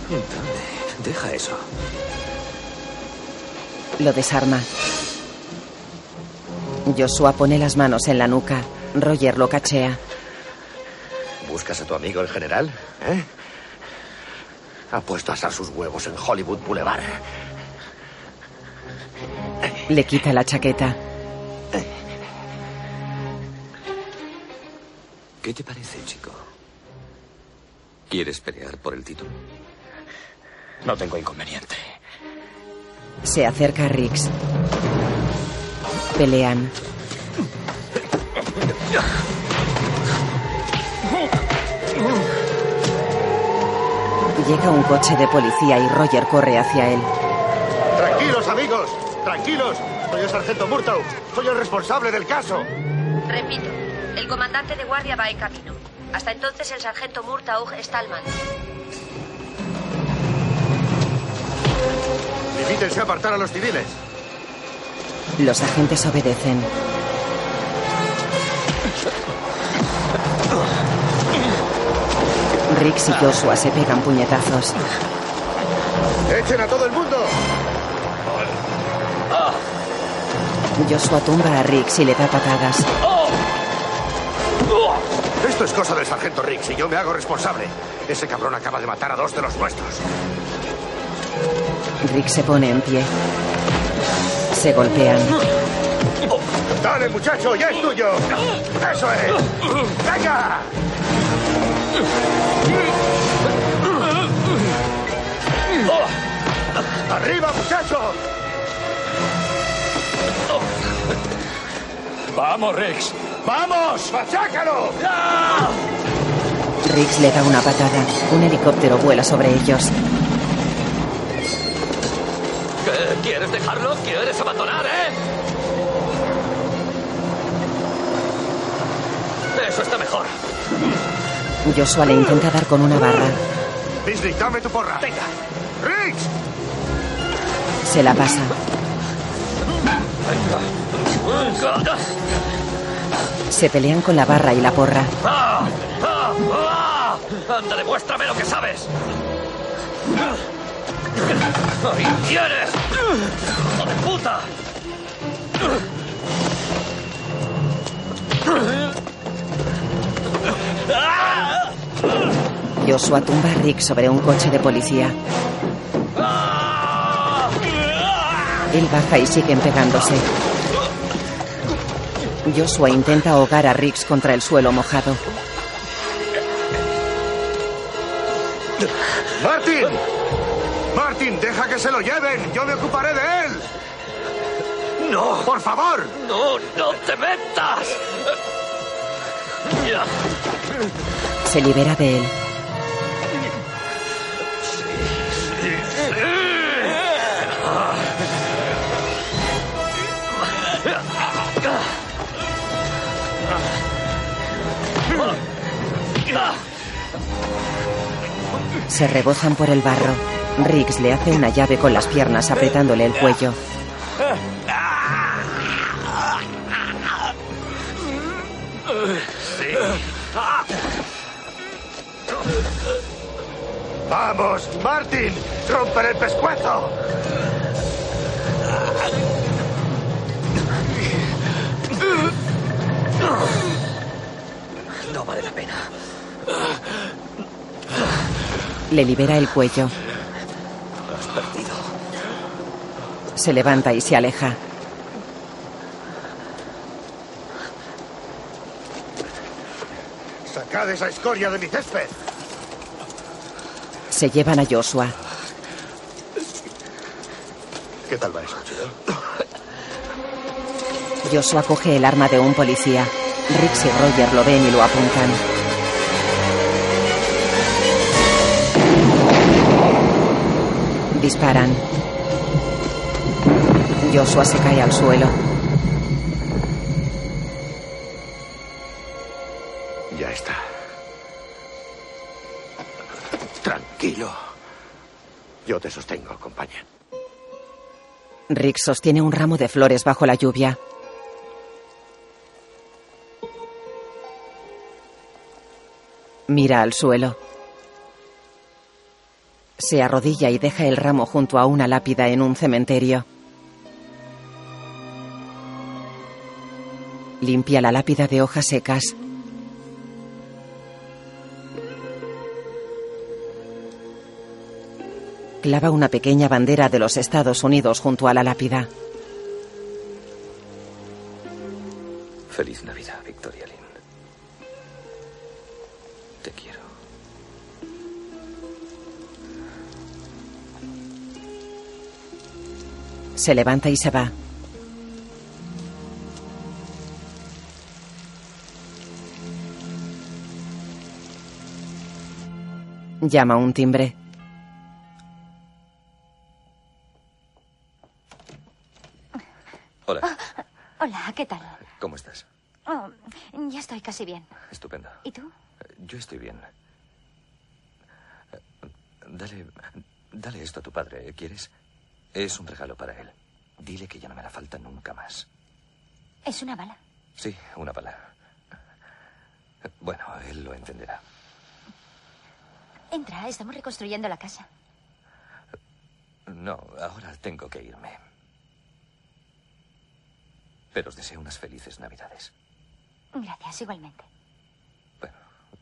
Speaker 9: Deja eso.
Speaker 1: Lo desarma. Joshua pone las manos en la nuca. Roger lo cachea.
Speaker 4: ¿Buscas a tu amigo el general? ¿Eh? Ha puesto a asar sus huevos en Hollywood Boulevard.
Speaker 1: Le quita la chaqueta.
Speaker 9: ¿Qué te parece, chico? ¿Quieres pelear por el título?
Speaker 14: No tengo inconveniente.
Speaker 1: Se acerca a Rix. Pelean. Llega un coche de policía y Roger corre hacia él.
Speaker 4: Tranquilos, amigos. Tranquilos. Soy el sargento Murtaugh. Soy el responsable del caso.
Speaker 48: Repito, el comandante de guardia va en camino. Hasta entonces el sargento Murtaugh está al mando.
Speaker 4: Limítense a apartar a los civiles.
Speaker 1: Los agentes obedecen. Rix y Joshua se pegan puñetazos.
Speaker 4: ¡Echen a todo el mundo!
Speaker 1: Joshua tumba a Rix y le da patadas.
Speaker 4: Esto es cosa del sargento Riggs y yo me hago responsable. Ese cabrón acaba de matar a dos de los nuestros.
Speaker 1: Rick se pone en pie. Se golpean.
Speaker 4: ¡Dale, muchacho! ¡Ya es tuyo! ¡Eso es! ¡Venga! ¡Oh! ¡Arriba, muchacho!
Speaker 2: ¡Vamos, Rex!
Speaker 4: ¡Vamos! ¡Machácalo!
Speaker 1: Rix le da una patada. Un helicóptero vuela sobre ellos.
Speaker 20: ¿Qué? ¿Quieres dejarlo? ¿Quieres abandonar, eh? Eso está mejor.
Speaker 1: Joshua le intenta dar con una barra.
Speaker 4: Disney, dame tu porra. Venga. ¡Riggs!
Speaker 1: Se la pasa. Se pelean con la barra y la porra.
Speaker 20: ¡Ah! ¡Ah! ¡Ah! ¡Anda, demuéstrame lo que sabes! ¡Ahí tienes! ¡Hijo de puta!
Speaker 1: Joshua tumba a Rick sobre un coche de policía. Él baja y siguen pegándose. Joshua intenta ahogar a Rix contra el suelo mojado.
Speaker 4: ¡Martin! ¡Martin, deja que se lo lleven! ¡Yo me ocuparé de él!
Speaker 20: ¡No!
Speaker 4: ¡Por favor!
Speaker 20: ¡No, no te metas!
Speaker 1: Se libera de él. Se rebozan por el barro. Riggs le hace una llave con las piernas apretándole el cuello.
Speaker 20: Ah.
Speaker 4: ¡Vamos, Martin! ¡Romper el pescuezo!
Speaker 20: No vale la pena.
Speaker 1: Le libera el cuello.
Speaker 20: Has perdido.
Speaker 1: Se levanta y se aleja.
Speaker 4: ¡Sacad esa escoria de mi césped!
Speaker 1: Se llevan a Joshua.
Speaker 4: ¿Qué tal va eso, chido?
Speaker 1: Joshua coge el arma de un policía. Rix y Roger lo ven y lo apuntan. Disparan. Joshua se cae al suelo.
Speaker 4: Ya está. Tranquilo. Yo te sostengo, compañía.
Speaker 1: Rick sostiene un ramo de flores bajo la lluvia. Mira al suelo. Se arrodilla y deja el ramo junto a una lápida en un cementerio. Limpia la lápida de hojas secas. Clava una pequeña bandera de los Estados Unidos junto a la lápida.
Speaker 9: Feliz Navidad, Victoria Lynn. Te quiero.
Speaker 1: Se levanta y se va. Llama un timbre.
Speaker 7: Ah.
Speaker 9: Hola,
Speaker 7: Hola, ¿qué tal?
Speaker 9: ¿cómo estás?
Speaker 7: Oh, ya estoy casi bien.
Speaker 9: Estupendo.
Speaker 7: ¿Y tú?
Speaker 9: Yo estoy bien. Dale, dale esto a tu padre, ¿eh? ¿quieres? Es un regalo para él. Dile que ya no me hará falta nunca más.
Speaker 7: ¿Es una bala?
Speaker 9: Sí, una bala. Bueno, él lo entenderá.
Speaker 7: Entra, estamos reconstruyendo la casa.
Speaker 9: No, ahora tengo que irme. Pero os deseo unas felices Navidades.
Speaker 7: Gracias, igualmente.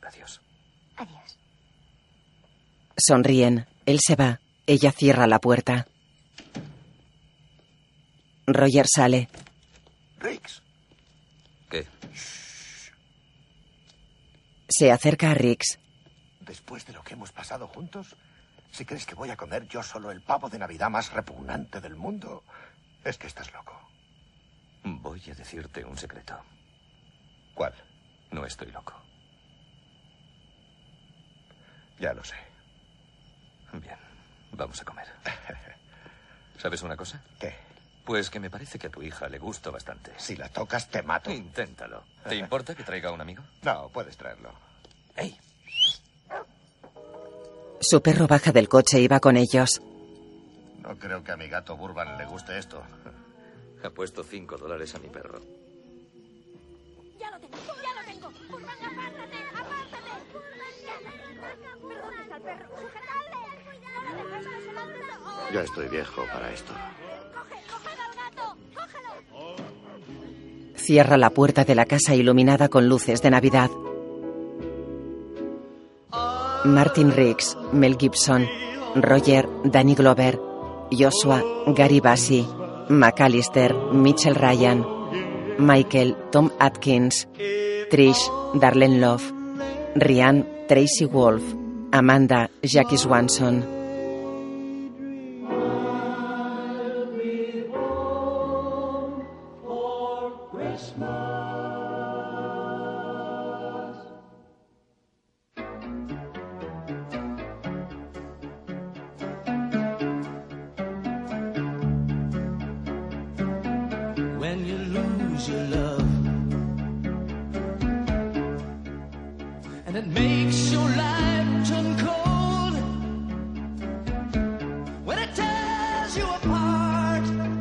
Speaker 9: Adiós.
Speaker 7: Adiós.
Speaker 1: Sonríen. Él se va. Ella cierra la puerta. Roger sale.
Speaker 9: Rix. ¿Qué?
Speaker 1: Se acerca a Riggs.
Speaker 4: Después de lo que hemos pasado juntos, si crees que voy a comer yo solo el pavo de Navidad más repugnante del mundo, es que estás loco.
Speaker 9: Voy a decirte un secreto.
Speaker 4: ¿Cuál?
Speaker 9: No estoy loco.
Speaker 4: Ya lo sé.
Speaker 9: Bien, vamos a
Speaker 4: [laughs]
Speaker 9: comer. ¿Sabes una cosa?
Speaker 4: ¿Qué?
Speaker 9: Pues que me parece que a tu hija le gusto bastante.
Speaker 4: Si la tocas, te mato.
Speaker 9: Inténtalo.
Speaker 4: [laughs]
Speaker 9: ¿Te importa que traiga a un amigo?
Speaker 4: No, puedes traerlo.
Speaker 9: ¡Ey!
Speaker 1: Su perro baja del coche y va con ellos.
Speaker 4: No creo que a mi gato Burban le guste esto.
Speaker 9: Apuesto cinco dólares a mi perro.
Speaker 2: Ya lo tengo, ya lo tengo. Burman, apártate, apártate. Burman, Perdónate al perro. Sujetadle. No le dejéis que se lance. Oh,
Speaker 4: Ya estoy viejo para esto.
Speaker 2: coge, coged al gato. Cógelo.
Speaker 1: Cierra la puerta de la casa iluminada con luces de Navidad. Martin Riggs, Mel Gibson, Roger, Danny Glover, Joshua, Gary Bassi, McAllister, Mitchell Ryan, Michael, Tom Atkins, Trish, Darlene Love, Rianne, Tracy Wolf, Amanda, Jackie Swanson.
Speaker 20: when you lose your love. And it makes your life turn cold when it tears you apart.